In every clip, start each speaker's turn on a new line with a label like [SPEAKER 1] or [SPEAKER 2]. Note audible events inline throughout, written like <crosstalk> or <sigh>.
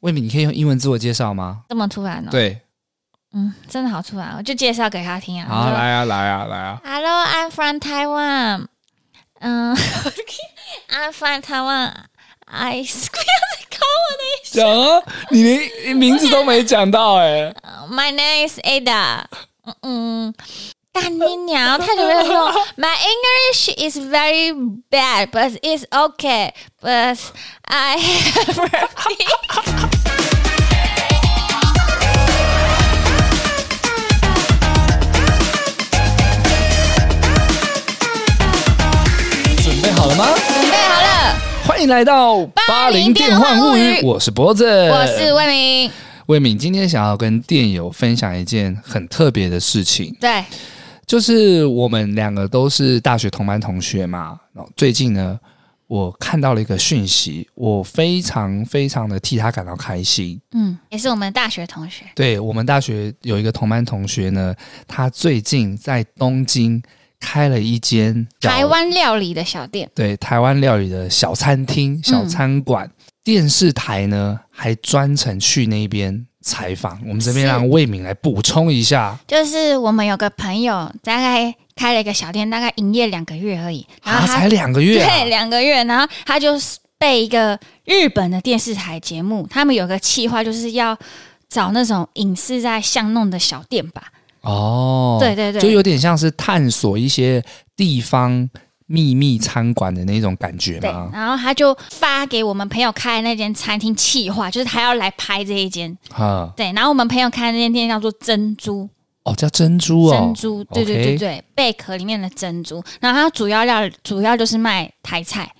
[SPEAKER 1] 魏敏，你可以用英文自我介绍吗？
[SPEAKER 2] 这么突然哦。
[SPEAKER 1] 对，
[SPEAKER 2] 嗯，真的好突然哦，我就介绍给他听啊。
[SPEAKER 1] 好，来啊，来啊，来啊！
[SPEAKER 2] Hello, I'm from Taiwan. 嗯，I'm <laughs> from Taiwan. I 不 <laughs> 要
[SPEAKER 1] 讲啊，你连名字都没讲到哎、
[SPEAKER 2] 再搞我的。My name is Ada. 嗯嗯，干你娘！太久没有用。My <laughs> English is very bad, but it's okay. But I have. <laughs> a big-
[SPEAKER 1] 准备好了吗？
[SPEAKER 2] 准备好了，
[SPEAKER 1] 欢迎来到
[SPEAKER 2] 巴黎电幻物语
[SPEAKER 1] 我是脖子，
[SPEAKER 2] 我是魏明。
[SPEAKER 1] 魏敏。今天想要跟电友分享一件很特别的事情，
[SPEAKER 2] 对，
[SPEAKER 1] 就是我们两个都是大学同班同学嘛。然后最近呢，我看到了一个讯息，我非常非常的替他感到开心。
[SPEAKER 2] 嗯，也是我们大学同学。
[SPEAKER 1] 对我们大学有一个同班同学呢，他最近在东京开了一间叫
[SPEAKER 2] 台湾料理的小店，
[SPEAKER 1] 对台湾料理的小餐厅、小
[SPEAKER 2] 嗯
[SPEAKER 1] 餐馆。电视台呢还专程去那边采访。我们这边
[SPEAKER 2] 是啊
[SPEAKER 1] 让魏敏来补充一下。
[SPEAKER 2] 就是我们有个朋友，大概开了一个小店，大概营业两个月而已，然
[SPEAKER 1] 啊，
[SPEAKER 2] 后他、
[SPEAKER 1] 才两个月、啊，
[SPEAKER 2] 对两个月，然后他就是被一个日本的电视台节目，他们有个企划，就是要找那种隐士在巷弄的小店吧，
[SPEAKER 1] 哦，
[SPEAKER 2] 对对对
[SPEAKER 1] 就有点像是探索一些地方秘密餐馆的那种感觉
[SPEAKER 2] 对
[SPEAKER 1] 嘛，。
[SPEAKER 2] 然后他就发给我们朋友开的那间餐厅企划，就是他要来拍这一间，
[SPEAKER 1] 啊，
[SPEAKER 2] 对，然后我们朋友开的那间店叫做珍珠，
[SPEAKER 1] 哦，叫珍珠哦，
[SPEAKER 2] 珍珠，对对
[SPEAKER 1] OK
[SPEAKER 2] 对对，贝壳里面的珍珠。然后它主要料主要就是卖台菜，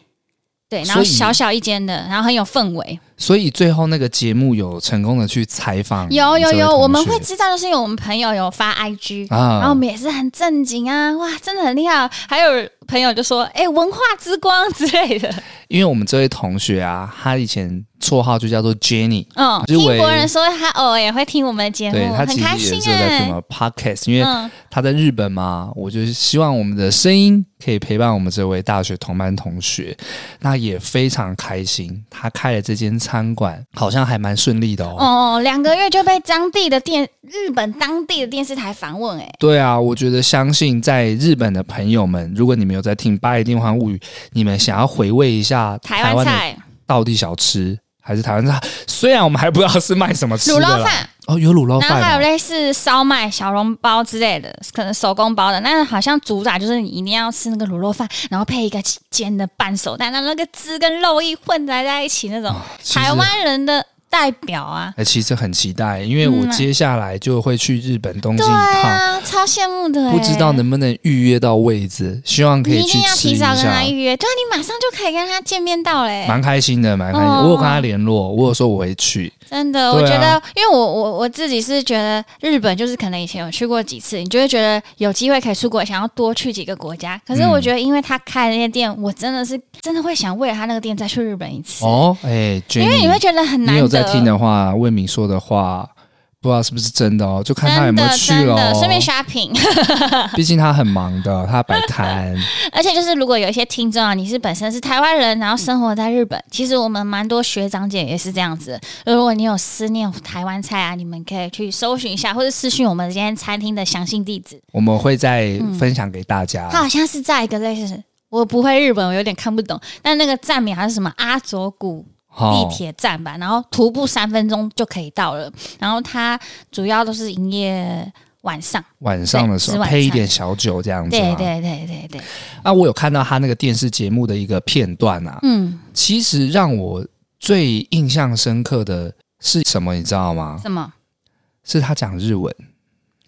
[SPEAKER 2] 对，然
[SPEAKER 1] 所
[SPEAKER 2] 后
[SPEAKER 1] 以
[SPEAKER 2] 小小一间的，然后很有氛围。
[SPEAKER 1] 所以最后那个节目有成功的去采访，
[SPEAKER 2] 有有有，我们会知道，就是因为我们朋友有发 IG，、
[SPEAKER 1] 啊，
[SPEAKER 2] 然后我们也是很正经啊，哇，真的很厉害。还有朋友就说，哎、文化之光之类的，
[SPEAKER 1] 因为我们这位同学啊，他以前绰号就叫做 Jenny。
[SPEAKER 2] 嗯，
[SPEAKER 1] 日
[SPEAKER 2] 听
[SPEAKER 1] 文
[SPEAKER 2] 国人说他偶尔也会听我们的节
[SPEAKER 1] 对
[SPEAKER 2] 目，
[SPEAKER 1] 他
[SPEAKER 2] 很
[SPEAKER 1] 其实
[SPEAKER 2] 开
[SPEAKER 1] 也
[SPEAKER 2] 心
[SPEAKER 1] 是有在
[SPEAKER 2] 哎、
[SPEAKER 1] 什么 podcast，因为
[SPEAKER 2] 嗯，
[SPEAKER 1] 他在日本嘛，我就希望我们的声音可以陪伴我们这位大学同班同学，那也非常开心。他开了这间餐馆，好像还蛮顺利的哦。
[SPEAKER 2] 哦，两个月就被当地的电日本当地的电视台访问、哎，
[SPEAKER 1] 对啊，我觉得相信在日本的朋友们，如果你们有在听《巴黎电话物语》，你们想要回味一下台
[SPEAKER 2] 台湾
[SPEAKER 1] 湾的
[SPEAKER 2] 菜、
[SPEAKER 1] 道地小吃，还是台湾菜？ <laughs> 虽然我们还不知道是卖什么吃
[SPEAKER 2] 卤
[SPEAKER 1] 的啦
[SPEAKER 2] 肉饭。
[SPEAKER 1] 哦，有卤肉
[SPEAKER 2] 然后还
[SPEAKER 1] 饭、
[SPEAKER 2] 有
[SPEAKER 1] 哦，
[SPEAKER 2] 类似烧麦、小笼包之类的，可能手工包的，但是好像主打就是你一定要吃那个卤肉饭，然后配一个煎的半熟蛋，让那个汁跟肉意混杂在一起，那种
[SPEAKER 1] 啊其实
[SPEAKER 2] 台湾人的代表啊。
[SPEAKER 1] 哎，其实很期待，因为我
[SPEAKER 2] 嗯啊
[SPEAKER 1] 接下来就会去日本东京
[SPEAKER 2] 对
[SPEAKER 1] 一趟，
[SPEAKER 2] 啊，超羡慕的、欸。
[SPEAKER 1] 不知道能不能预约到位置，希望可
[SPEAKER 2] 你
[SPEAKER 1] 以
[SPEAKER 2] 一
[SPEAKER 1] 去
[SPEAKER 2] 定要
[SPEAKER 1] 吃
[SPEAKER 2] 提早跟
[SPEAKER 1] 下
[SPEAKER 2] 他。预约，对啊，你马上就可以跟他见面到欸嘞、
[SPEAKER 1] 蛮开心的，蛮开心的。
[SPEAKER 2] 哦
[SPEAKER 1] 我有跟他联络，我有说我会去。
[SPEAKER 2] 真的，我
[SPEAKER 1] 对啊
[SPEAKER 2] 觉得，因为我我我自己是觉得日本就是可能以前有去过几次，你就会觉得有机会可以出国，想要多去几个国家。可是
[SPEAKER 1] 嗯
[SPEAKER 2] 我觉得，因为他开的那些店，我真的是真的会想为了他那个店再去日本一次，
[SPEAKER 1] 哦，哎、j
[SPEAKER 2] 因
[SPEAKER 1] e n
[SPEAKER 2] 为
[SPEAKER 1] n
[SPEAKER 2] 你
[SPEAKER 1] y
[SPEAKER 2] 会觉得很难
[SPEAKER 1] 你
[SPEAKER 2] 得。
[SPEAKER 1] 有在听的话，魏敏说的话，不知道是不是真的哦，就看他有
[SPEAKER 2] 真
[SPEAKER 1] 没有
[SPEAKER 2] 的
[SPEAKER 1] 去
[SPEAKER 2] 真
[SPEAKER 1] 了、
[SPEAKER 2] 的，
[SPEAKER 1] 哦
[SPEAKER 2] 顺。便 shopping， <laughs>
[SPEAKER 1] 毕竟他很忙的，他摆摊。
[SPEAKER 2] 而且就是如果有一些听众啊，你是本身是台湾人，然后生活在日本，其实我们蛮多学长姐也是这样子。如果你有思念台湾菜啊，你们可以去搜寻一下，或者私讯我们今天餐厅的详细地址。
[SPEAKER 1] 我们会再分享给大家。
[SPEAKER 2] 嗯他好像是在一个类似，我不会日本，我有点看不懂。但那个站名好像是什么阿佐谷
[SPEAKER 1] 好
[SPEAKER 2] 地铁站吧，然后徒步三分钟就可以到了。然后它主要都是营业晚上，
[SPEAKER 1] 晚啊上的时
[SPEAKER 2] 对吃
[SPEAKER 1] 候
[SPEAKER 2] 晚
[SPEAKER 1] 配一
[SPEAKER 2] 餐
[SPEAKER 1] 点小酒这样子
[SPEAKER 2] 对
[SPEAKER 1] 嘛。
[SPEAKER 2] 对对对对，
[SPEAKER 1] 啊，我有看到他那个电视节目的一个片段啊，
[SPEAKER 2] 嗯，
[SPEAKER 1] 其实让我最印象深刻的是什么，你知道吗？
[SPEAKER 2] 什么？
[SPEAKER 1] 是他讲日
[SPEAKER 2] <laughs>
[SPEAKER 1] 文。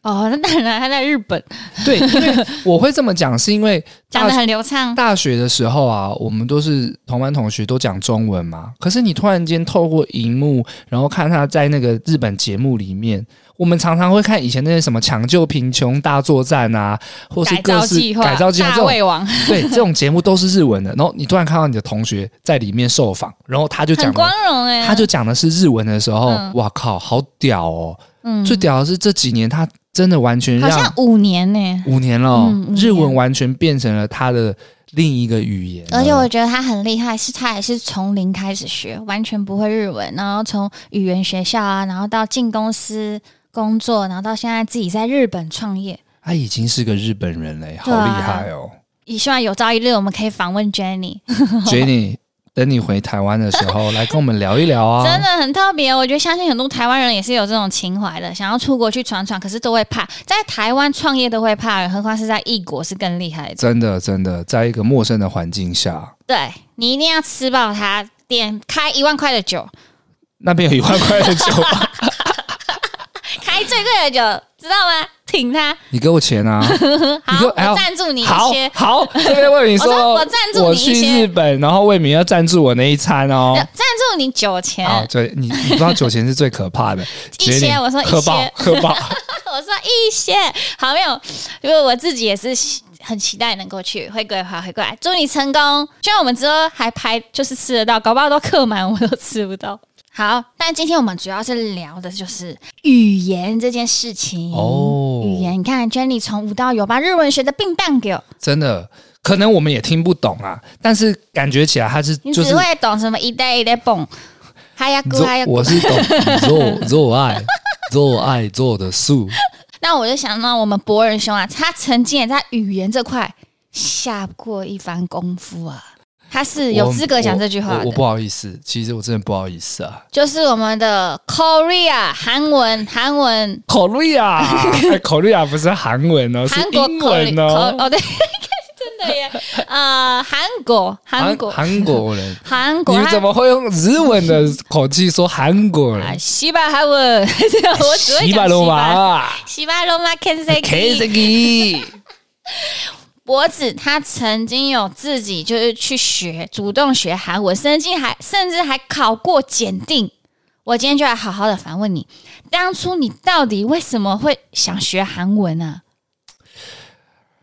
[SPEAKER 2] 哦，那当然，他在日本
[SPEAKER 1] 对，因为我会这么讲，是因为
[SPEAKER 2] 讲
[SPEAKER 1] 大
[SPEAKER 2] 的很流畅，
[SPEAKER 1] 大学的时候
[SPEAKER 2] <laughs>
[SPEAKER 1] 啊，我们都是同班同学，都讲中文嘛。可是你突然间透过荧幕，然后看他在那个日本节目里面，我们常常会看以前那些什么抢救贫穷大作战啊，或是
[SPEAKER 2] 改
[SPEAKER 1] 各
[SPEAKER 2] 造
[SPEAKER 1] 式
[SPEAKER 2] 计划，
[SPEAKER 1] 改造计划这
[SPEAKER 2] 大
[SPEAKER 1] 种
[SPEAKER 2] 胃王，
[SPEAKER 1] <laughs> 对，这种节目都是日文的。然后你突然看到你的同学在里面受访，然后他就讲
[SPEAKER 2] 很光
[SPEAKER 1] 的，
[SPEAKER 2] 荣哎、
[SPEAKER 1] 他就讲的是日文的时候，
[SPEAKER 2] 嗯
[SPEAKER 1] 哇靠，好屌哦！
[SPEAKER 2] 嗯
[SPEAKER 1] 最屌的是这几年他真的完全
[SPEAKER 2] 好像
[SPEAKER 1] 让
[SPEAKER 2] 五年呢、欸
[SPEAKER 1] 五年了哦、
[SPEAKER 2] 嗯五年
[SPEAKER 1] 日文完全变成了他的另一个语言了。
[SPEAKER 2] 而且我觉得他很厉害，是他也是从零开始学，完全不会日文，然后从语言学校啊，然后到进公司工作，然后到现在自己在日本创业。
[SPEAKER 1] 他已经是个日本人嘞，好
[SPEAKER 2] 对啊
[SPEAKER 1] 厉害哦
[SPEAKER 2] 也希望有朝一日我们可以访问 Jenny，、
[SPEAKER 1] ，Jenny。等你回台湾的时候，来跟我们聊一聊啊！
[SPEAKER 2] <laughs> 真的很特别。我觉得相信很多台湾人也是有这种情怀的，想要出国去闯闯，可是都会怕，在台湾创业都会怕，何况是在异国是更厉害的。
[SPEAKER 1] 真的真的，在一个陌生的环境下，
[SPEAKER 2] 对你一定要吃饱它，点开一万块的酒，
[SPEAKER 1] 那边有一万块的酒吧，
[SPEAKER 2] 开最贵的酒，知道吗？挺它。
[SPEAKER 1] 你给我钱
[SPEAKER 2] <laughs>
[SPEAKER 1] 啊！你
[SPEAKER 2] 好，
[SPEAKER 1] 给我哎呦
[SPEAKER 2] 我赞助你一
[SPEAKER 1] 好
[SPEAKER 2] 些。
[SPEAKER 1] 好，这边魏敏
[SPEAKER 2] <laughs> 我说
[SPEAKER 1] 说，
[SPEAKER 2] 我赞助
[SPEAKER 1] 我
[SPEAKER 2] 你一
[SPEAKER 1] 去
[SPEAKER 2] 些
[SPEAKER 1] 日本，然后魏敏要赞助我那一餐哦
[SPEAKER 2] 呃。赞助你酒钱，
[SPEAKER 1] 好，对你，你不知道酒钱是最可怕
[SPEAKER 2] <laughs>
[SPEAKER 1] 的，
[SPEAKER 2] 一些
[SPEAKER 1] 直接你
[SPEAKER 2] 我说一些
[SPEAKER 1] 喝爆喝
[SPEAKER 2] <laughs>
[SPEAKER 1] 爆，
[SPEAKER 2] 我说一些好没有，因为我自己也是很期待能够去回归的话回归来，祝你啊成功。希望我们之后还拍就是吃得到，搞不好都客满我都吃不到。好，但今天我们主要是聊的就是语言这件事情
[SPEAKER 1] 哦
[SPEAKER 2] 语言，你看 Jenny 从无到有把日文学的并棒给我，
[SPEAKER 1] 真的，可能我们也听不懂啊，但是感觉起来他是
[SPEAKER 2] 你
[SPEAKER 1] 就
[SPEAKER 2] 只
[SPEAKER 1] 是，
[SPEAKER 2] 会懂什么一代一代蹦，还要
[SPEAKER 1] 你
[SPEAKER 2] 咕
[SPEAKER 1] 说
[SPEAKER 2] 还要
[SPEAKER 1] 我是
[SPEAKER 2] <laughs>
[SPEAKER 1] 懂做做爱做爱做的素，
[SPEAKER 2] 那我就想到我们博仁兄啊，他曾经也在语言这块下过一番功夫啊，他是有
[SPEAKER 1] 我
[SPEAKER 2] 资格讲这句话
[SPEAKER 1] 我我我不
[SPEAKER 2] 的。
[SPEAKER 1] 好意思，其实我真的不好意思啊。
[SPEAKER 2] 就是我们的 Korea 韩文，韩文，
[SPEAKER 1] 口瑞
[SPEAKER 2] <laughs>
[SPEAKER 1] 亚，口瑞亚不是韩文哦，是
[SPEAKER 2] 韩国
[SPEAKER 1] 英文哦
[SPEAKER 2] Korea- Ko-。哦，对， <laughs> 真的耶，呃，韩国，韩国，
[SPEAKER 1] 韩国人，
[SPEAKER 2] 韩国，
[SPEAKER 1] 你
[SPEAKER 2] 他
[SPEAKER 1] 怎么会用日文的口气说韩国
[SPEAKER 2] 啊
[SPEAKER 1] 人？
[SPEAKER 2] 西班牙韩文， <laughs> 我只会讲西班
[SPEAKER 1] 罗
[SPEAKER 2] 牙，
[SPEAKER 1] 马
[SPEAKER 2] 西班牙嘛 k e n s e
[SPEAKER 1] ，K
[SPEAKER 2] k
[SPEAKER 1] Z G，
[SPEAKER 2] 脖子，他曾经有自己就是去学，主动学韩文，甚至还甚至还考过检定。我今天就来好好的反问你，当初你到底为什么会想学韩文啊？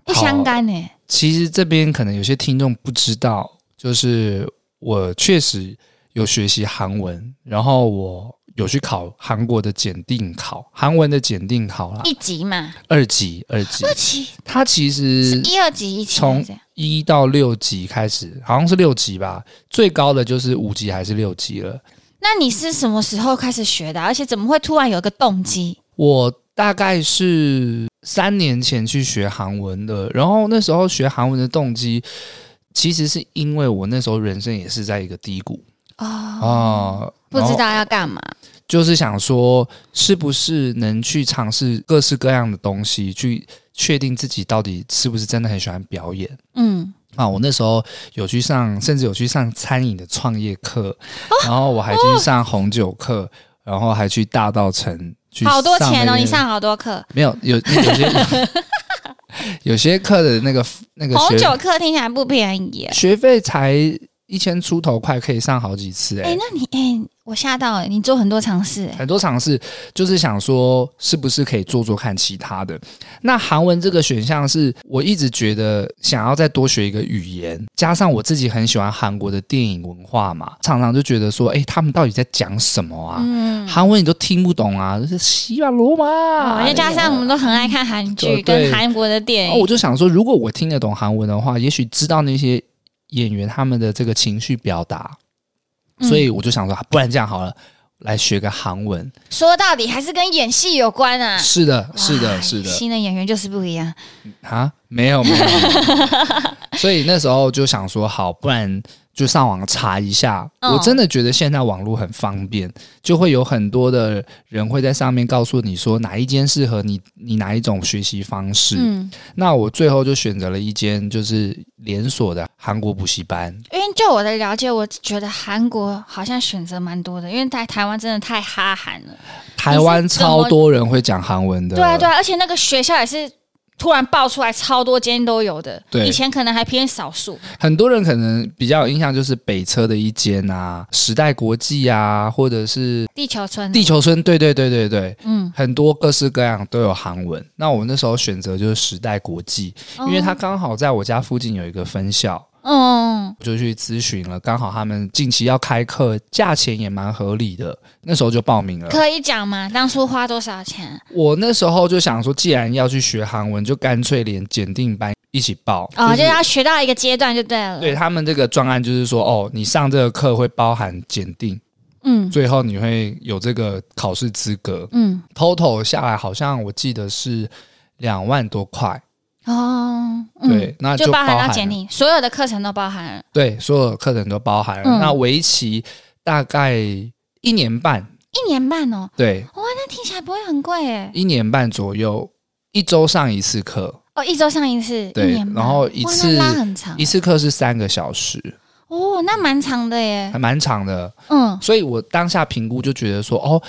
[SPEAKER 2] 不相干呢、
[SPEAKER 1] 其实这边可能有些听众不知道，就是我确实有学习韩文，然后我有去考韩国的检定考，韩文的检定考啦，
[SPEAKER 2] 一级嘛，
[SPEAKER 1] 二级，二级，
[SPEAKER 2] 二级
[SPEAKER 1] 它其
[SPEAKER 2] 是
[SPEAKER 1] 实
[SPEAKER 2] 一二级一级
[SPEAKER 1] 从
[SPEAKER 2] 这样
[SPEAKER 1] 一到六级开始，好像是六级吧，最高的就是五级还是六级了。
[SPEAKER 2] 那你是什么时候开始学的啊、而且怎么会突然有一个动机？
[SPEAKER 1] 我大概是三年前去学韩文的，然后那时候学韩文的动机，其实是因为我那时候人生也是在一个低谷啊、
[SPEAKER 2] 哦，不知
[SPEAKER 1] 然后
[SPEAKER 2] 道要干嘛。
[SPEAKER 1] 就是想说是不是能去尝试各式各样的东西，去确定自己到底是不是真的很喜欢表演。
[SPEAKER 2] 嗯，
[SPEAKER 1] 啊，我那时候有去上，甚至有去上餐饮的创业
[SPEAKER 2] <laughs>
[SPEAKER 1] 课，然后我还去上红酒课，然后还去大道城去
[SPEAKER 2] 好多钱
[SPEAKER 1] 那
[SPEAKER 2] 哦，
[SPEAKER 1] 个
[SPEAKER 2] 你上好多课，
[SPEAKER 1] 没有有有
[SPEAKER 2] <laughs>
[SPEAKER 1] 些有些课的那个那个
[SPEAKER 2] 红
[SPEAKER 1] 学
[SPEAKER 2] 酒课听起来不便宜耶。
[SPEAKER 1] 学费才一千出头块，可以上好几次哎、
[SPEAKER 2] 哎、那你哎、我吓到了，你做很多尝试、哎
[SPEAKER 1] 很多尝试就是想说，是不是可以做做看其他的？那韩文这个选项是我一直觉得想要再多学一个语言，加上我自己很喜欢韩国的电影文化嘛，常常就觉得说，哎、他们到底在讲什么啊？啊
[SPEAKER 2] 嗯，哦
[SPEAKER 1] 韩文你都听不懂啊，就是西巴罗马，哎
[SPEAKER 2] 再加上我们都很爱看韩剧
[SPEAKER 1] 对
[SPEAKER 2] 跟韩国的电
[SPEAKER 1] 哦，我
[SPEAKER 2] 影，
[SPEAKER 1] 就想说，如果我听得懂韩文的话，也许知道那些演员他们的这个情绪表达，
[SPEAKER 2] 嗯
[SPEAKER 1] 所以我就想说，啊不然这样好了，来学个韩文。
[SPEAKER 2] 说到底还是跟演戏有关啊。
[SPEAKER 1] 是的，是
[SPEAKER 2] 哇
[SPEAKER 1] 的，是的
[SPEAKER 2] 新的演员就是不一样。
[SPEAKER 1] 啊，没有没 <laughs> 有。所以那时候就想说，好，不然就上网查一下。
[SPEAKER 2] 嗯
[SPEAKER 1] 我真的觉得现在网络很方便，就会有很多的人会在上面告诉你说哪一间适合你，你哪一种学习方式。
[SPEAKER 2] 嗯，
[SPEAKER 1] 那我最后就选择了一间就是连锁的韩国补习班，
[SPEAKER 2] 因为就我的了解，我觉得韩国好像选择蛮多的，因为在台湾真的太哈韩了。
[SPEAKER 1] 台湾超多人会讲韩文的。
[SPEAKER 2] 对啊，对啊，而且那个学校也是。突然爆出来超多间都有的，
[SPEAKER 1] 对
[SPEAKER 2] 以前可能还偏少数。
[SPEAKER 1] 很多人可能比较有印象就是北车的一间啊，时代国际啊，或者是
[SPEAKER 2] 地球村，
[SPEAKER 1] 地球村，对对对对对，
[SPEAKER 2] 嗯，
[SPEAKER 1] 很多各式各样都有韩文。那我那时候选择就是时代国际，
[SPEAKER 2] 哦
[SPEAKER 1] 因为它刚好在我家附近有一个分校。
[SPEAKER 2] 嗯，
[SPEAKER 1] 我就去咨询了，刚好他们近期要开课，价钱也蛮合理的，那时候就报名了。
[SPEAKER 2] 可以讲吗？当初花多少钱？
[SPEAKER 1] 我那时候就想说，既然要去学韩文，就干脆连检定班一起报
[SPEAKER 2] 哦，就是
[SPEAKER 1] 是
[SPEAKER 2] 要学到一个阶段就对了。
[SPEAKER 1] 对他们这个专案就是说，哦，你上这个课会包含检定，
[SPEAKER 2] 嗯
[SPEAKER 1] 最后你会有这个考试资格。
[SPEAKER 2] 嗯
[SPEAKER 1] total 下来好像我记得是两万多块，
[SPEAKER 2] 哦，嗯
[SPEAKER 1] 对，，那
[SPEAKER 2] 就
[SPEAKER 1] 包
[SPEAKER 2] 包含
[SPEAKER 1] 了
[SPEAKER 2] 到简历，所有的课程都包含了
[SPEAKER 1] 对，所有课程都包含了。
[SPEAKER 2] 嗯
[SPEAKER 1] 那为期大概一年半，
[SPEAKER 2] 一年半哦，
[SPEAKER 1] 对，
[SPEAKER 2] 那听起来不会很贵哎。
[SPEAKER 1] 一年半左右，一周上一次课，
[SPEAKER 2] 哦，一周上一次，
[SPEAKER 1] 对
[SPEAKER 2] 一年半
[SPEAKER 1] 然后一
[SPEAKER 2] 哇那
[SPEAKER 1] 次
[SPEAKER 2] 拉很长
[SPEAKER 1] 一次课是三个小时，
[SPEAKER 2] 哦，那蛮长的耶
[SPEAKER 1] 还。蛮长的。
[SPEAKER 2] 嗯，
[SPEAKER 1] 所以我当下评估就觉得说，哦，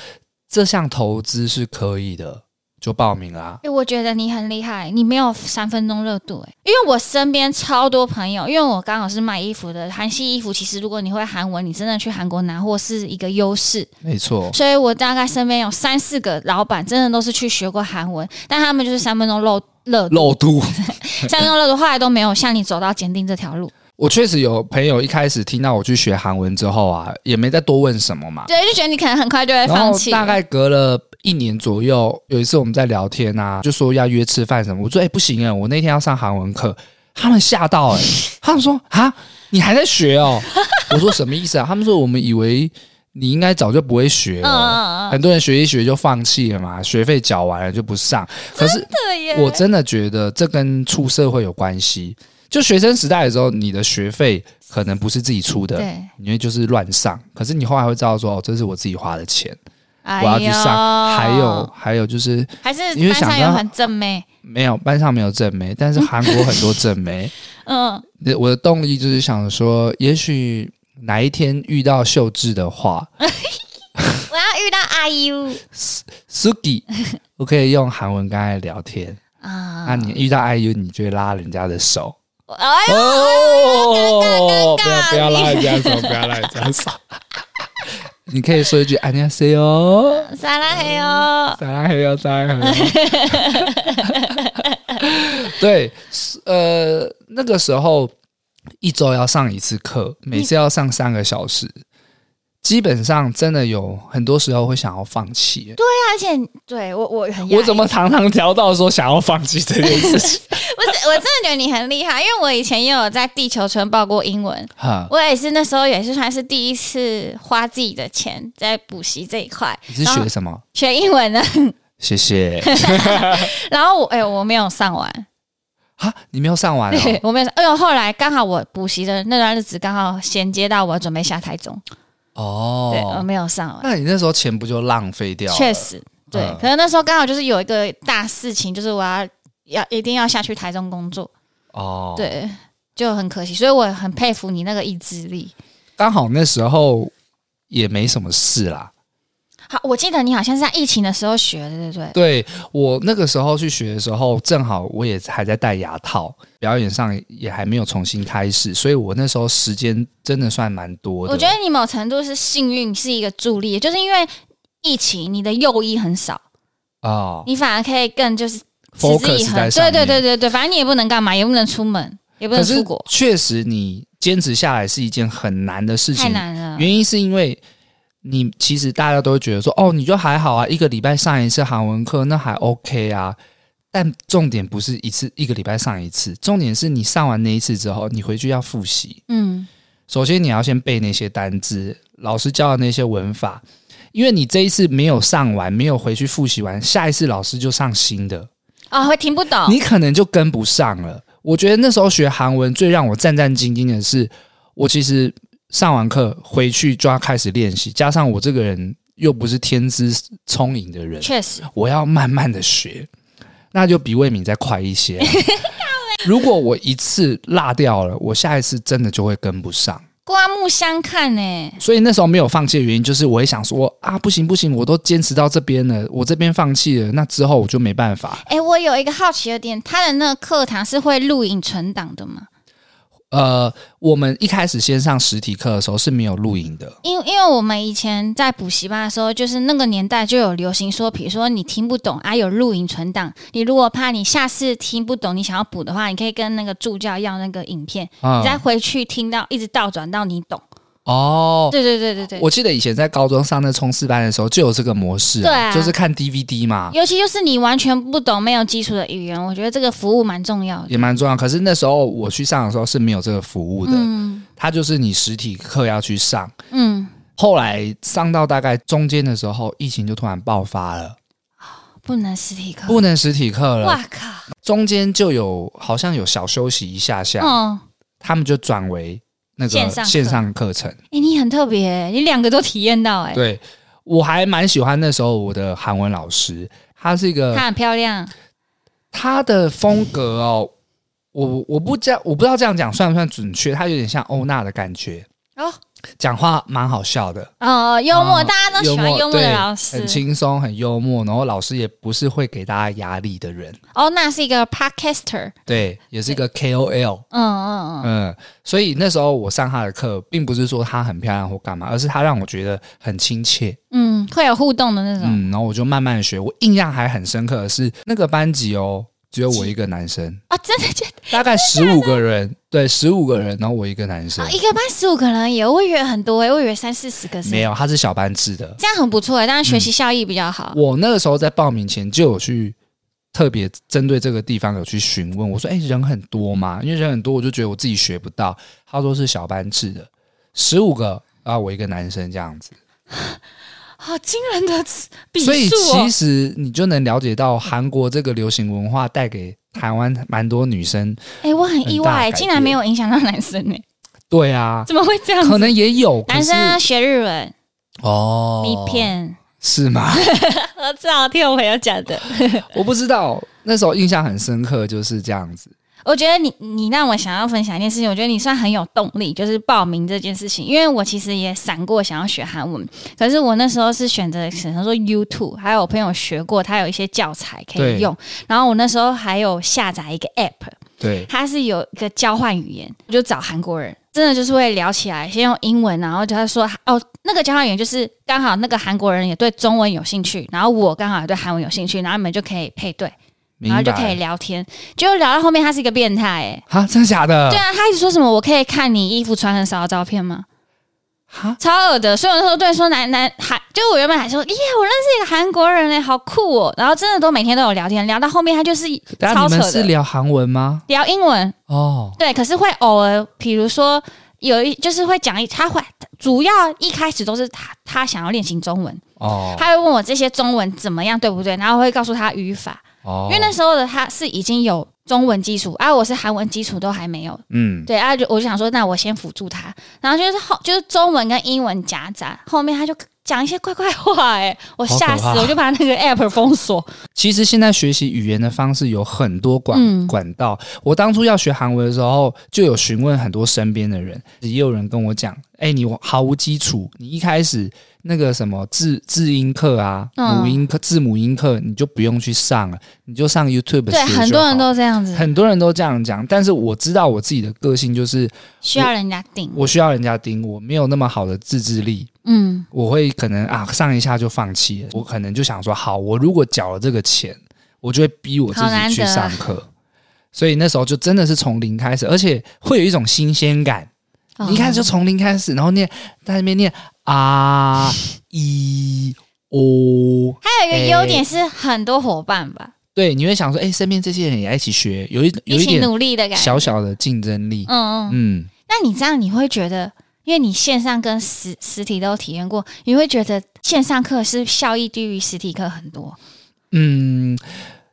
[SPEAKER 1] 这项投资是可以的，就报名啦。
[SPEAKER 2] 哎我觉得你很厉害，你没有三分钟热度哎，因为我身边超多朋友，因为我刚好是卖衣服的，韩系衣服其实如果你会韩文，你真的去韩国拿货是一个优势，
[SPEAKER 1] 没错，
[SPEAKER 2] 所以我大概身边有三四个老板，真的都是去学过韩文，但他们就是三分钟热热度，
[SPEAKER 1] 漏度。
[SPEAKER 2] <laughs> 三分钟热度，后来都没有像你走到检定这条路，
[SPEAKER 1] <laughs> 我确实有朋友一开始听到我去学韩文之后啊，也没再多问什么嘛。
[SPEAKER 2] 对，就觉得你可能很快就会
[SPEAKER 1] 然
[SPEAKER 2] 放
[SPEAKER 1] 后
[SPEAKER 2] 弃。
[SPEAKER 1] 大概隔了一年左右，有一次我们在聊天啊，就说要约吃饭什么，我说哎、不行啊，我那天要上韩文课，他们吓到哎、
[SPEAKER 2] <laughs>
[SPEAKER 1] 他们说啊你还在学哦，我说什么意思啊？他们说我们以为你应该早就不会学
[SPEAKER 2] 嗯
[SPEAKER 1] 了。
[SPEAKER 2] 嗯嗯嗯，
[SPEAKER 1] 很多人学一学就放弃了嘛，学费缴完了就不上。可是
[SPEAKER 2] 对耶，
[SPEAKER 1] 我真的觉得这跟出社会有关系。就学生时代的时候，你的学费可能不是自己出的，
[SPEAKER 2] 对，
[SPEAKER 1] 因为就是乱上。可是你后来会知道说，哦，这是我自己花的钱。
[SPEAKER 2] 哎
[SPEAKER 1] 我要去
[SPEAKER 2] 呦
[SPEAKER 1] 上，还有还有就是
[SPEAKER 2] 还是
[SPEAKER 1] 因为
[SPEAKER 2] 班
[SPEAKER 1] 想
[SPEAKER 2] 上有
[SPEAKER 1] 到
[SPEAKER 2] 很正妹，
[SPEAKER 1] 没有班上没有正妹，
[SPEAKER 2] <laughs>
[SPEAKER 1] 但是韩国很多正妹。
[SPEAKER 2] 嗯，
[SPEAKER 1] 那我的动力就是想说，也许哪一天遇到秀智的话
[SPEAKER 2] 我要遇到 IU <laughs>
[SPEAKER 1] ，Suki，我可以用韩文跟她聊天。
[SPEAKER 2] 啊，
[SPEAKER 1] 那、你遇到 IU，你就会拉人家的手。
[SPEAKER 2] 哎呦，
[SPEAKER 1] 哦，
[SPEAKER 2] 哎尴尬
[SPEAKER 1] 不要不要拉人家的手，不要拉人家的手。 <laughs> 你可以说一句안녕하세요，
[SPEAKER 2] <laughs> 撒拉黑哦，
[SPEAKER 1] 撒拉黑哟，撒拉
[SPEAKER 2] <laughs>
[SPEAKER 1] 黑哟。对，是呃，那个时候一周要上一次课，每次要上三个小时，基本上真的有很多时候会想要放弃。
[SPEAKER 2] 对，而且对我我很
[SPEAKER 1] 我
[SPEAKER 2] 压抑
[SPEAKER 1] 怎么常常聊到说想要放弃这件事
[SPEAKER 2] <laughs>
[SPEAKER 1] 情？
[SPEAKER 2] 不是，我真的觉得你很厉害，因为我以前也有在地球村报过英文，
[SPEAKER 1] 哈，
[SPEAKER 2] 我也是那时候也是算是第一次花自己的钱在补习这一块，
[SPEAKER 1] 你是
[SPEAKER 2] 然后
[SPEAKER 1] 学什么？
[SPEAKER 2] 学英文的， <laughs>
[SPEAKER 1] 谢谢。
[SPEAKER 2] 然后我哎、我没有上完，
[SPEAKER 1] 哈，你没有上完
[SPEAKER 2] 对
[SPEAKER 1] 哦。
[SPEAKER 2] <laughs> 我没有上，哎呦，后来刚好我补习的那段日子刚好衔接到我准备下台中，对我
[SPEAKER 1] 哦，
[SPEAKER 2] 没有上完，
[SPEAKER 1] 那你那时候钱不就浪费掉了？
[SPEAKER 2] 确实对，
[SPEAKER 1] 嗯
[SPEAKER 2] 可能那时候刚好就是有一个大事情，就是我要要一定要下去台中工作，
[SPEAKER 1] 哦，，
[SPEAKER 2] 对，就很可惜，所以我很佩服你那个意志力。
[SPEAKER 1] 刚好那时候也没什么事啦。
[SPEAKER 2] 好，我记得你好像是在疫情的时候学的，对不对？
[SPEAKER 1] 对我那个时候去学的时候，正好我也还在戴牙套，表演上也还没有重新开始，所以我那时候时间真的算蛮多的。
[SPEAKER 2] 我觉得你某程度是幸运，是一个助力，就是因为疫情，你的诱因很少，
[SPEAKER 1] 啊、
[SPEAKER 2] 你反而可以更就是持之
[SPEAKER 1] focus
[SPEAKER 2] 以
[SPEAKER 1] 在
[SPEAKER 2] 恒。
[SPEAKER 1] 上
[SPEAKER 2] 对
[SPEAKER 1] 面
[SPEAKER 2] 对对对对，反正你也不能干嘛，也不能出门，也不
[SPEAKER 1] 可
[SPEAKER 2] 能
[SPEAKER 1] 是
[SPEAKER 2] 出国，
[SPEAKER 1] 确实你坚持下来是一件很难的事
[SPEAKER 2] 太
[SPEAKER 1] 情，
[SPEAKER 2] 难了。
[SPEAKER 1] 原因是因为你其实大家都会觉得说，哦，你就还好啊，一个礼拜上一次韩文课，那还 OK 啊。但重点不是一次一个礼拜上一次，重点是你上完那一次之后，你回去要复习。
[SPEAKER 2] 嗯，
[SPEAKER 1] 首先你要先背那些单字，老师教的那些文法，因为你这一次没有上完，没有回去复习完，下一次老师就上新的，
[SPEAKER 2] 哦，会听不懂。
[SPEAKER 1] 你可能就跟不上了。我觉得那时候学韩文最让我战战兢兢的是，我其实上完课回去就要开始练习，加上我这个人又不是天资聪颖的
[SPEAKER 2] <laughs>
[SPEAKER 1] 人，
[SPEAKER 2] 确实，
[SPEAKER 1] 我要慢慢的学，那就比魏敏再快一些啊、如果我一次落掉了，我下一次真的就会跟不上。
[SPEAKER 2] 刮目相看欸呢、
[SPEAKER 1] 所以那时候没有放弃的原因，就是我也想说啊，不行不行，我都坚持到这边了，我这边放弃了，那之后我就没办法。
[SPEAKER 2] 哎、我有一个好奇的点，他的那个课堂是会录影存档的吗？
[SPEAKER 1] 呃，我们一开始先上实体课的时候是没有录影的，
[SPEAKER 2] 因为因为我们以前在补习班的时候，就是那个年代就有流行说，比如说你听不懂啊，有录影存档。你如果怕你下次听不懂，你想要补
[SPEAKER 1] 嗯啊
[SPEAKER 2] 嗯
[SPEAKER 1] 哦。
[SPEAKER 2] 的对对对对对，
[SPEAKER 1] 我记得以前在高中上那冲刺班的时候就有这个模式、
[SPEAKER 2] 对啊
[SPEAKER 1] 就是看 DVD 嘛，
[SPEAKER 2] 尤其就是你完全不懂、没有基础的语言，我觉得这个服务蛮重要的。
[SPEAKER 1] 也蛮重要。可是那时候我去上的时候是没有这个服务的，
[SPEAKER 2] 嗯
[SPEAKER 1] 它就是你实体课要去上。
[SPEAKER 2] 嗯，
[SPEAKER 1] 后来上到大概中间的时候，疫情就突然爆发了，
[SPEAKER 2] 不能实体课。
[SPEAKER 1] 不能实体课了。
[SPEAKER 2] 啊哇靠！
[SPEAKER 1] 中间就有好像有小休息一下下，
[SPEAKER 2] 嗯，
[SPEAKER 1] 他们就转为那个
[SPEAKER 2] 线上课
[SPEAKER 1] 线上课程。
[SPEAKER 2] 哎、你很特别，你两个都体验到哎、
[SPEAKER 1] 对我还蛮喜欢那时候我的韩文老师，他是一个
[SPEAKER 2] 她很漂亮，
[SPEAKER 1] 他的风格哦，我我不这样，我不知道这样讲算不算准确，他有点像欧娜的感觉
[SPEAKER 2] 哦
[SPEAKER 1] 讲话蛮好笑的，
[SPEAKER 2] 哦，幽默，
[SPEAKER 1] 哦
[SPEAKER 2] 大家都喜欢幽默
[SPEAKER 1] 对
[SPEAKER 2] 的老师
[SPEAKER 1] 很。轻松，很幽默，然后老师也不是会给大家压力的人，
[SPEAKER 2] 哦，那是一个 podcaster， <laughs>
[SPEAKER 1] 对，也是一个 KOL。
[SPEAKER 2] 嗯嗯嗯，
[SPEAKER 1] 嗯，所以那时候我上他的课，并不是说她很漂亮或干嘛，而是她让我觉得很亲切。
[SPEAKER 2] 嗯，会有互动的那种。
[SPEAKER 1] 嗯，然后我就慢慢地学。我印象还很深刻的是，那个班级哦，只有我一个男生，
[SPEAKER 2] 啊、真的就
[SPEAKER 1] 大概十五个人，对，十五个人，然后我一个男生
[SPEAKER 2] 啊、。一个班十五个人也，我以为很多哎、我以为三四十个是
[SPEAKER 1] 没有，他是小班制的。
[SPEAKER 2] 这样很不错哎、但是学习效益比较好。
[SPEAKER 1] 我那个时候在报名前就有去特别针对这个地方有去询问，我说：“哎、人很多吗？因为人很多，我就觉得我自己学不到。”他说是小班制的，十五个啊，我一个男生这样子。
[SPEAKER 2] 好哦惊人的比
[SPEAKER 1] 所以
[SPEAKER 2] 数哦
[SPEAKER 1] 其！实你就能了解到韩国这个流行文化带给台湾蛮多女生。
[SPEAKER 2] 哎、我很意外、
[SPEAKER 1] 很大的改
[SPEAKER 2] 竟然没有影响到男生哎、
[SPEAKER 1] 对啊，
[SPEAKER 2] 怎么会这样
[SPEAKER 1] 可
[SPEAKER 2] 子？
[SPEAKER 1] 能也有可
[SPEAKER 2] 男
[SPEAKER 1] 是
[SPEAKER 2] 生要学日文，
[SPEAKER 1] 哦，
[SPEAKER 2] 迷骗。
[SPEAKER 1] 是
[SPEAKER 2] <laughs>
[SPEAKER 1] 吗？
[SPEAKER 2] 我只好听我朋友讲的。
[SPEAKER 1] 我不知道，那时候印象很深刻，就是这样子。
[SPEAKER 2] 我觉得你你让我想要分享一件事情，我觉得你算很有动力，就是报名这件事情。因为我其实也闪过想要学韩文，可是我那时候是选择选择说 YouTube，还有我朋友学过，他有一些教材可
[SPEAKER 1] 对
[SPEAKER 2] 以用。然后我那时候还有下载一个 App，
[SPEAKER 1] 对，
[SPEAKER 2] 它是有一个交换语言，我就找韩国人，真的就是会聊起来，先用英文，然后就他说哦，那个交换语言就是刚好那个韩国人也对中文有兴趣，然后我刚好也对韩文有兴趣，然后你们就可以配对，
[SPEAKER 1] 明
[SPEAKER 2] 然后
[SPEAKER 1] 白。
[SPEAKER 2] 就可以聊天。结果聊到后面，他是一个变态、欸，
[SPEAKER 1] 哈，真的假的？
[SPEAKER 2] 对啊，他一直说什么我可以看你衣服穿很少的照片吗？
[SPEAKER 1] 哈，
[SPEAKER 2] 超恶的，所以我那时候对说男男韩，就我原本还说耶，我认识一个韩国人嘞、好酷哦。然后真的都每天都有聊天，聊到后面他就是
[SPEAKER 1] 等下
[SPEAKER 2] 超
[SPEAKER 1] 你
[SPEAKER 2] 扯
[SPEAKER 1] 们是
[SPEAKER 2] 的，
[SPEAKER 1] 聊韩文吗？
[SPEAKER 2] 聊英文，
[SPEAKER 1] 哦，
[SPEAKER 2] 对，可是会偶尔，比如说有一就是会讲一，他会主要一开始都是他他想要练习中文，
[SPEAKER 1] 哦，
[SPEAKER 2] 他会问我这些中文怎么样对不对，然后会告诉他语法，
[SPEAKER 1] 哦
[SPEAKER 2] 因为那时候的他是已经有中文基础，而、啊、我是韩文基础都还没有，
[SPEAKER 1] 嗯，
[SPEAKER 2] 对啊，就我就想说，那我先辅助他，然后就是后就是中文跟英文夹杂，后面他就讲一些怪怪话、欸，我
[SPEAKER 1] 好可
[SPEAKER 2] 吓死
[SPEAKER 1] 怕
[SPEAKER 2] 了，我就把那
[SPEAKER 1] <laughs>
[SPEAKER 2] 个 app 封锁。
[SPEAKER 1] 其实现在学习语言的方式有很多管、
[SPEAKER 2] 嗯
[SPEAKER 1] 管道。我当初要学韩文的时候，就有询问很多身边的人，也有人跟我讲：“哎、你毫无基础，你一开始那个什么字字音课啊、
[SPEAKER 2] 嗯
[SPEAKER 1] 母音课、字母音课，你就不用去上了，你就上 YouTube
[SPEAKER 2] 对，
[SPEAKER 1] 学就
[SPEAKER 2] 很多人
[SPEAKER 1] 好
[SPEAKER 2] 都这样子，
[SPEAKER 1] 很多人都这样讲，但是我知道我自己的个性就是
[SPEAKER 2] 需要人家顶。
[SPEAKER 1] 我需要人家盯，我没有那么好的自制力，
[SPEAKER 2] 嗯，
[SPEAKER 1] 我会可能啊上一下就放弃了，我可能就想说，好，我如果缴了这个钱，我就会逼我自
[SPEAKER 2] 好难
[SPEAKER 1] 己
[SPEAKER 2] 得啊
[SPEAKER 1] 去上课。所以那时候就真的是从零开始，而且会有一种新鲜感。你一开始就
[SPEAKER 2] 哦
[SPEAKER 1] 从零开始，然后念在那边念
[SPEAKER 2] <laughs>
[SPEAKER 1] 啊一哦，
[SPEAKER 2] 还有一个
[SPEAKER 1] 哎
[SPEAKER 2] 优点是很多伙伴吧，
[SPEAKER 1] 对，你会想说，哎、身边这些人也要一起学，有一有一
[SPEAKER 2] 一起
[SPEAKER 1] 点
[SPEAKER 2] 努力的感觉。
[SPEAKER 1] 小小的竞争力。
[SPEAKER 2] 嗯嗯，
[SPEAKER 1] 嗯，
[SPEAKER 2] 那你这样你会觉得，因为你线上跟实实体都体验过，你会觉得线上课是效益低于实体课很多。
[SPEAKER 1] 嗯，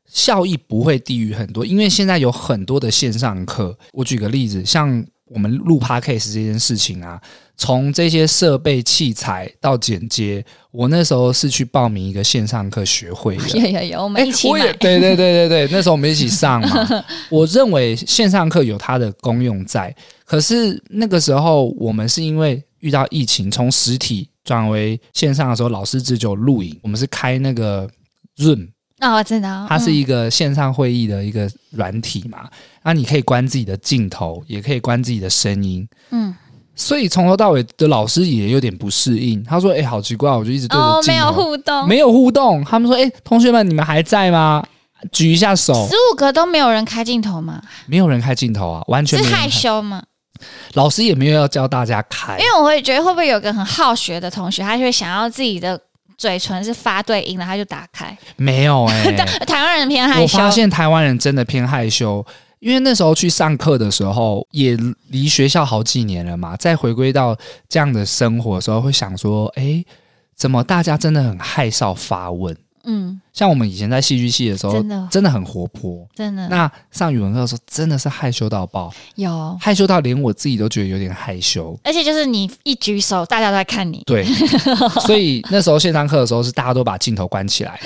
[SPEAKER 1] 效益不会低于很多，因为现在有很多的线上课。我举个例子，像我们录 podcast 这件事情啊，从这些设备器材到剪接，我那时候是去报名一个线上课学会的。哎
[SPEAKER 2] 有有有， <laughs> 我们一起
[SPEAKER 1] 我
[SPEAKER 2] 买。
[SPEAKER 1] 也对对对对对，那时候我们一起上嘛。
[SPEAKER 2] <laughs>
[SPEAKER 1] 我认为线上课有它的功用在，可是那个时候我们是因为遇到疫情，从实体转为线上的时候，老师只有录影，我们是开那个 Zoom，
[SPEAKER 2] 哦，我知道，
[SPEAKER 1] 它是
[SPEAKER 2] 嗯
[SPEAKER 1] 一个线上会议的一个软体嘛，那你可以关自己的镜头，也可以关自己的声音，
[SPEAKER 2] 嗯。
[SPEAKER 1] 所以从头到尾的老师也有点不适应。他说：“哎、好奇怪，我就一直对着
[SPEAKER 2] 哦，
[SPEAKER 1] 镜
[SPEAKER 2] 没
[SPEAKER 1] 头，
[SPEAKER 2] 有互动，
[SPEAKER 1] 没有互动。”他们说：“哎、同学们，你们还在吗？举一下手哦
[SPEAKER 2] 十。五个都没有人开镜头吗？”
[SPEAKER 1] 没有人开镜头啊，完全
[SPEAKER 2] 是
[SPEAKER 1] 没有人
[SPEAKER 2] 害
[SPEAKER 1] 开
[SPEAKER 2] 羞吗？
[SPEAKER 1] 老师也没有要教大家开
[SPEAKER 2] 因，为我会觉得会不会有个很好学的同学，他就会想要自己的嘴唇是发对音的，他就打开。
[SPEAKER 1] 没
[SPEAKER 2] <laughs>
[SPEAKER 1] 有哎、
[SPEAKER 2] 但台湾人偏害
[SPEAKER 1] 我
[SPEAKER 2] 羞，
[SPEAKER 1] 发现台湾人真的偏害羞，因为那时候去上课的时候，也离学校好几年了嘛，再回归到这样的生活的时候，会想说，哎，怎么大家真的很害臊发问？
[SPEAKER 2] 嗯，
[SPEAKER 1] 像我们以前在戏剧系的时候
[SPEAKER 2] 真，的嗯
[SPEAKER 1] 真的很活泼。
[SPEAKER 2] 真的
[SPEAKER 1] 那上语文课的时候，真的是害羞到爆，
[SPEAKER 2] 有，
[SPEAKER 1] 害羞到连我自己都觉得有点害羞。
[SPEAKER 2] 而且就是你一举手，大家都在看你。 <laughs>
[SPEAKER 1] 对，所以那时候线上课的时候是大家都把镜头关起来，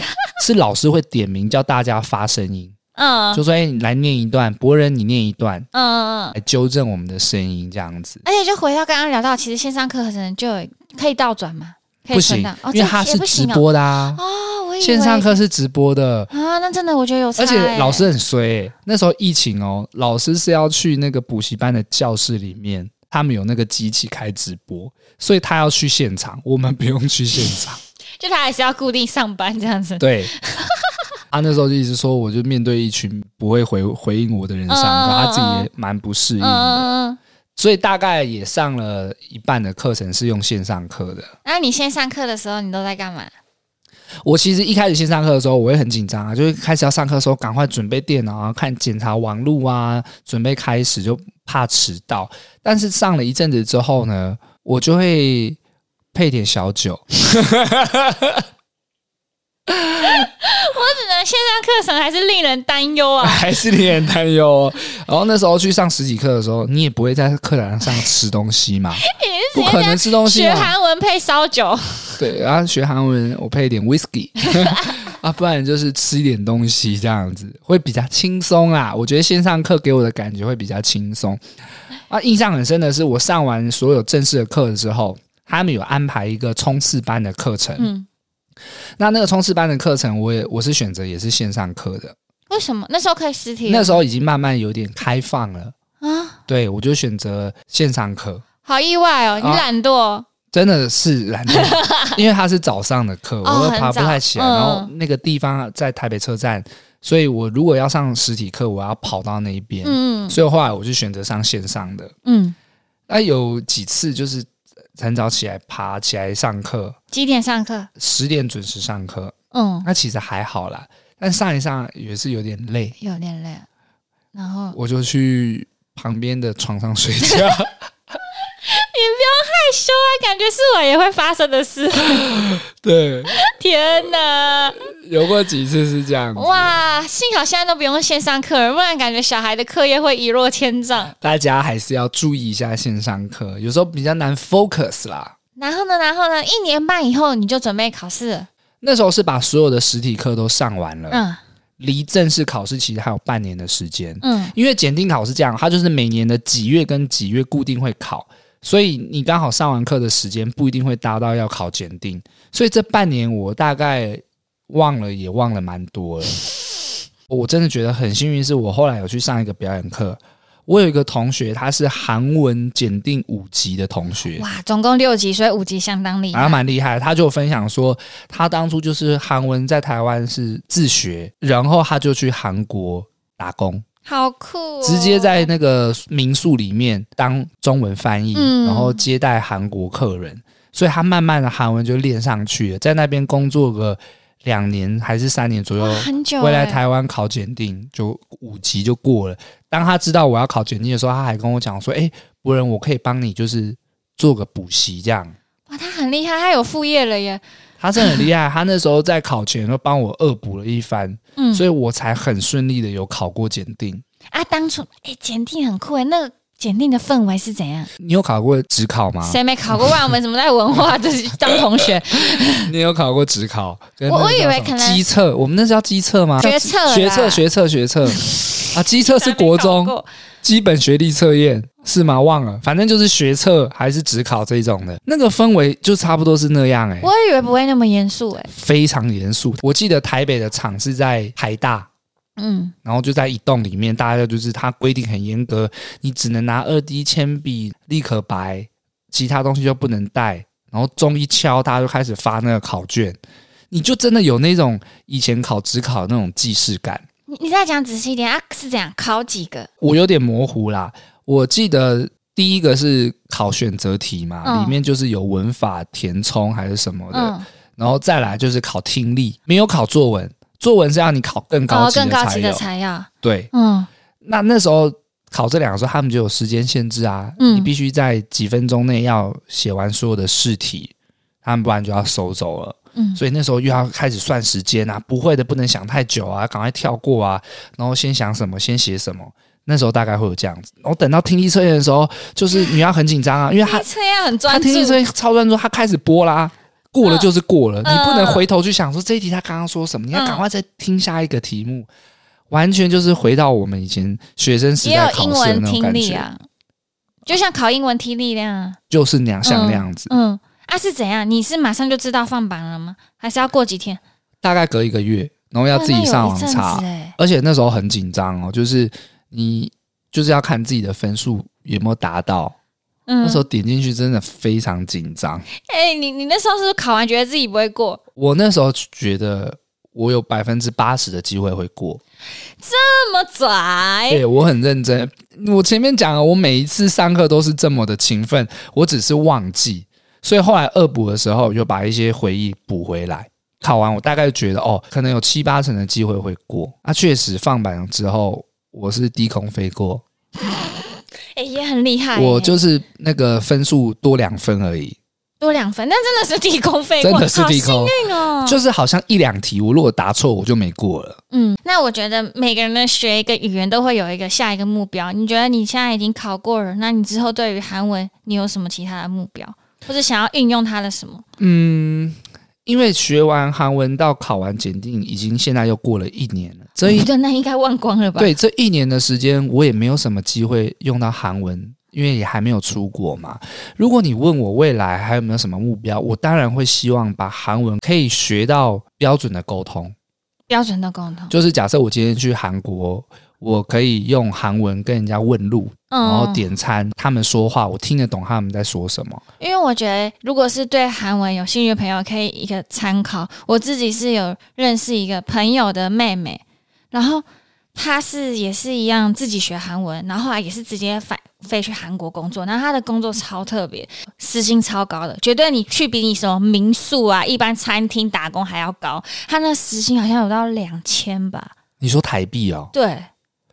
[SPEAKER 1] 是老师会点名叫大家发声音，
[SPEAKER 2] 嗯
[SPEAKER 1] 就说：“哎、你来念一段，博人你念一段，
[SPEAKER 2] 嗯嗯嗯，
[SPEAKER 1] 来纠正我们的声音，这样子
[SPEAKER 2] 而且就回到刚刚聊到，其实线上课程就有可以倒转嘛，可
[SPEAKER 1] 不
[SPEAKER 2] 以
[SPEAKER 1] 行
[SPEAKER 2] 存档，，哦、
[SPEAKER 1] 因为
[SPEAKER 2] 这
[SPEAKER 1] 它
[SPEAKER 2] 也
[SPEAKER 1] 是
[SPEAKER 2] 不
[SPEAKER 1] 直
[SPEAKER 2] 行哦
[SPEAKER 1] 播的啊，
[SPEAKER 2] 哦我以为
[SPEAKER 1] 线上课是直播的。
[SPEAKER 2] 啊，那真的我觉得有差、
[SPEAKER 1] 而
[SPEAKER 2] 欸，
[SPEAKER 1] 且老师很衰、欸，那时候疫情哦，老师是要去那个补习班的教室里面，他们有那个机器开直播，所以他要去现场，我们不用去现
[SPEAKER 2] <laughs>
[SPEAKER 1] 场。
[SPEAKER 2] 就他还是要固定上班这样子，
[SPEAKER 1] 对，他那时候就一直说，我就面对一群不会回回应我的人上课，
[SPEAKER 2] 嗯
[SPEAKER 1] 他自己也蛮不适应
[SPEAKER 2] 嗯
[SPEAKER 1] 的，
[SPEAKER 2] 嗯嗯。
[SPEAKER 1] 所以大概也上了一半的课程是用线上课的。
[SPEAKER 2] 那你线上课的时候，你都在干嘛？
[SPEAKER 1] 我其实一开始线上课的时候，我会很紧张啊，就是开始要上课的时候，赶快准备电脑啊，看检查网路啊，准备开始就怕迟到。但是上了一阵子之后呢，我就会配点小酒，
[SPEAKER 2] 只能线上课程还是令人担
[SPEAKER 1] <laughs>
[SPEAKER 2] 忧啊！
[SPEAKER 1] 还是令人担忧哦。然后那时候去上实体课的时候，你也不会在课堂上吃东西嘛，
[SPEAKER 2] 你
[SPEAKER 1] 不
[SPEAKER 2] 是
[SPEAKER 1] 可
[SPEAKER 2] 直接这
[SPEAKER 1] 能
[SPEAKER 2] 样
[SPEAKER 1] 吃东西
[SPEAKER 2] 学
[SPEAKER 1] 嘛。
[SPEAKER 2] 韩文配烧酒，
[SPEAKER 1] 对，然后学韩文，我配一点 whisky <laughs> 啊，不然就是吃一点东西这样子，会比较轻松啦。我觉得线上课给我的感觉会比较轻松啊。印象很深的是，我上完所有正式的课之后，他们有安排一个冲刺班的课程。
[SPEAKER 2] 嗯，
[SPEAKER 1] 那那个冲刺班的课程，我也我是选择也是线上课的。
[SPEAKER 2] 为什么那时候可以实体？
[SPEAKER 1] 那时候已经慢慢有点开放了，
[SPEAKER 2] 啊，
[SPEAKER 1] 对我就选择线上课。
[SPEAKER 2] 好意外哦！你
[SPEAKER 1] 啊
[SPEAKER 2] 懒惰，
[SPEAKER 1] 真的是懒
[SPEAKER 2] <laughs>
[SPEAKER 1] 惰，因为它是早上的课，
[SPEAKER 2] 哦
[SPEAKER 1] 我又爬不太起来。
[SPEAKER 2] 很早嗯
[SPEAKER 1] 然后那个地方在台北车站，所以我如果要上实体课，我要跑到那一边。
[SPEAKER 2] 嗯
[SPEAKER 1] 所以后来我就选择上线上的。
[SPEAKER 2] 嗯，
[SPEAKER 1] 那有几次就是很早起来爬起来上课，
[SPEAKER 2] 几点上课？
[SPEAKER 1] 十点准时上课，
[SPEAKER 2] 嗯，
[SPEAKER 1] 那其实还好啦。但上一上也是有点累，
[SPEAKER 2] 有点累。然后
[SPEAKER 1] 我就去旁边的床上睡觉。
[SPEAKER 2] <laughs> 害羞啊，感觉是我也会发生的事。 <laughs>
[SPEAKER 1] 对，
[SPEAKER 2] 天哪！
[SPEAKER 1] 有过几次是这样子。
[SPEAKER 2] 哇，幸好现在都不用线上课了，不然感觉小孩的课业会一落千丈。
[SPEAKER 1] 大家还是要注意一下线上课，有时候比较难 focus 啦。
[SPEAKER 2] 然后呢，然后呢，一年半以后你就准备考试了。
[SPEAKER 1] 那时候是把所有的实体课都上完了，
[SPEAKER 2] 嗯
[SPEAKER 1] 离、正式考试其实还有半年的时间。
[SPEAKER 2] 嗯
[SPEAKER 1] 因为检定考是这样，它就是每年的几月跟几月固定会考，所以你刚好上完课的时间不一定会搭到要考检定，所以这半年我大概忘了也忘了蛮多了。我真的觉得很幸运，是我后来有去上一个表演课，我有一个同学他是韩文检定五级的同学，
[SPEAKER 2] 嗯哇，总共六级，所以五级相当厉害。
[SPEAKER 1] 然后蛮厉害，他就分享说，他当初就是韩文在台湾是自学，然后他就去韩国打工，
[SPEAKER 2] 好酷、哦！
[SPEAKER 1] 直接在那个民宿里面当中文翻译，
[SPEAKER 2] 嗯
[SPEAKER 1] 然后接待韩国客人，所以他慢慢的韩文就练上去了，在那边工作个两年还是三年左右
[SPEAKER 2] 哇，很久、欸、
[SPEAKER 1] 回来台湾考检定就五级就过了。当他知道我要考检定的时候，他还跟我讲说：“哎、博仁，我可以帮你就是做个补习这样。”
[SPEAKER 2] 哇，他很厉害，他有副业了耶。
[SPEAKER 1] 他真的很厉害，他那时候在考前都帮我恶补了一番，
[SPEAKER 2] 嗯，
[SPEAKER 1] 所以我才很顺利的有考过检定。
[SPEAKER 2] 啊，当初哎，检定很酷哎，那个检定的氛围是怎样？
[SPEAKER 1] 你有考过职考吗？
[SPEAKER 2] 谁没考过？不然我们怎么在文化这当
[SPEAKER 1] <laughs>
[SPEAKER 2] 同学？
[SPEAKER 1] 你有考过职考？跟
[SPEAKER 2] 我
[SPEAKER 1] 那个
[SPEAKER 2] 我以
[SPEAKER 1] 叫
[SPEAKER 2] 为
[SPEAKER 1] 什么
[SPEAKER 2] 可能
[SPEAKER 1] 机测，我们那叫机测吗？
[SPEAKER 2] 学测啦
[SPEAKER 1] 学测，学测，学
[SPEAKER 2] <laughs>
[SPEAKER 1] 测啊！机测是国
[SPEAKER 2] 哪里考
[SPEAKER 1] 中
[SPEAKER 2] 过
[SPEAKER 1] 基本学历测验是吗？忘了，反正就是学测还是职考这种的，那个氛围就差不多是那样哎、
[SPEAKER 2] 我以为不会那么严肃哎。
[SPEAKER 1] 非常严肃。我记得台北的场是在台大，
[SPEAKER 2] 嗯，
[SPEAKER 1] 然后就在一栋里面，大家就是它规定很严格，你只能拿二 D 铅笔、立可白，其他东西就不能带。然后钟一敲，大家就开始发那个考卷，你就真的有那种以前考职考的那种既视感。
[SPEAKER 2] 你你再讲仔细一点啊，是怎样考几个？
[SPEAKER 1] 我有点模糊啦，我记得第一个是考选择题嘛，
[SPEAKER 2] 嗯
[SPEAKER 1] 里面就是有文法、填充还是什么的，
[SPEAKER 2] 嗯，
[SPEAKER 1] 然后再来就是考听力，没有考作文，作文是让你考更高
[SPEAKER 2] 搞
[SPEAKER 1] 级
[SPEAKER 2] 哦更
[SPEAKER 1] 的
[SPEAKER 2] 高
[SPEAKER 1] 才
[SPEAKER 2] 级
[SPEAKER 1] 有。
[SPEAKER 2] 的材料，
[SPEAKER 1] 对，
[SPEAKER 2] 嗯
[SPEAKER 1] 那那时候考这两个时候，他们就有时间限制啊，
[SPEAKER 2] 嗯
[SPEAKER 1] 你必须在几分钟内要写完所有的试题，他们不然就要收走了。
[SPEAKER 2] 嗯，
[SPEAKER 1] 所以那时候又要开始算时间啊，不会的不能想太久啊，赶快跳过啊，然后先想什么先写什么。那时候大概会有这样子，然后等到听力测验的时候，就是你要很紧张啊，因为他
[SPEAKER 2] 听测验很
[SPEAKER 1] 他
[SPEAKER 2] 专注
[SPEAKER 1] 听，力测验超专注，他开始播啦，过了就是过了，
[SPEAKER 2] 嗯
[SPEAKER 1] 你不能回头去想说这一题他刚刚说什么，你要赶快再听下一个题目，完全就是回到我们以前学生时
[SPEAKER 2] 也有
[SPEAKER 1] 代考
[SPEAKER 2] 英
[SPEAKER 1] 试的
[SPEAKER 2] 文
[SPEAKER 1] 那种
[SPEAKER 2] 听
[SPEAKER 1] 感
[SPEAKER 2] 力
[SPEAKER 1] 觉，
[SPEAKER 2] 啊，就像考英文听力那样啊，
[SPEAKER 1] 就是那样像那样子，
[SPEAKER 2] 嗯。啊是怎样？你是马上就知道放榜了吗？还是要过几天？
[SPEAKER 1] 大概隔一个月，然后要自己上网查，
[SPEAKER 2] 哎、
[SPEAKER 1] 而且那时候很紧张哦，就是你就是要看自己的分数有没有达到。
[SPEAKER 2] 嗯，
[SPEAKER 1] 那时候点进去真的非常紧张，
[SPEAKER 2] 哎、你你那时候是不是考完觉得自己不会过？
[SPEAKER 1] 我那时候觉得我有百分之八十的机会会过，
[SPEAKER 2] 这么拽？
[SPEAKER 1] 对我很认真。我前面讲了，我每一次上课都是这么的勤奋，我只是忘记，所以后来恶补的时候又把一些回忆补回来。考完我大概觉得哦，可能有七八成的机会会过。啊，确实放榜之后我是低空飞过，
[SPEAKER 2] 哎、也很厉害耶、
[SPEAKER 1] 我就是那个分数多两分而已，
[SPEAKER 2] 多两分，那真的是地空飞过，
[SPEAKER 1] 真的是低
[SPEAKER 2] 哎好
[SPEAKER 1] 空，
[SPEAKER 2] 幸运哦。
[SPEAKER 1] 就是好像一两题我如果答错我就没过了。
[SPEAKER 2] 嗯，那我觉得每个人的学一个语言都会有一个下一个目标。你觉得你现在已经考过了，那你之后对于韩文你有什么其他的目标，或者想要运用它的什么？
[SPEAKER 1] 嗯，因为学完韩文到考完检定，已经现在又过了一年了，这一
[SPEAKER 2] 对，那应该忘光了吧？，
[SPEAKER 1] 对这一年的时间，我也没有什么机会用到韩文。因为也还没有出国嘛。如果你问我未来还有没有什么目标，我当然会希望把韩文可以学到标准的沟通。
[SPEAKER 2] 标准的沟通。
[SPEAKER 1] 就是假设我今天去韩国，我可以用韩文跟人家问路，
[SPEAKER 2] 嗯，
[SPEAKER 1] 然后点餐，他们说话，我听得懂他们在说什么。
[SPEAKER 2] 因为我觉得，如果是对韩文有兴趣的朋友，可以一个参考。我自己是有认识一个朋友的妹妹，然后她是也是一样自己学韩文，然后后来也是直接返飞去韩国工作。然后她的工作超特别，时薪超高的，绝对你去比你什么民宿啊、一般餐厅打工还要高。她那时薪好像有到两千吧？
[SPEAKER 1] 你说台币哦，
[SPEAKER 2] 对，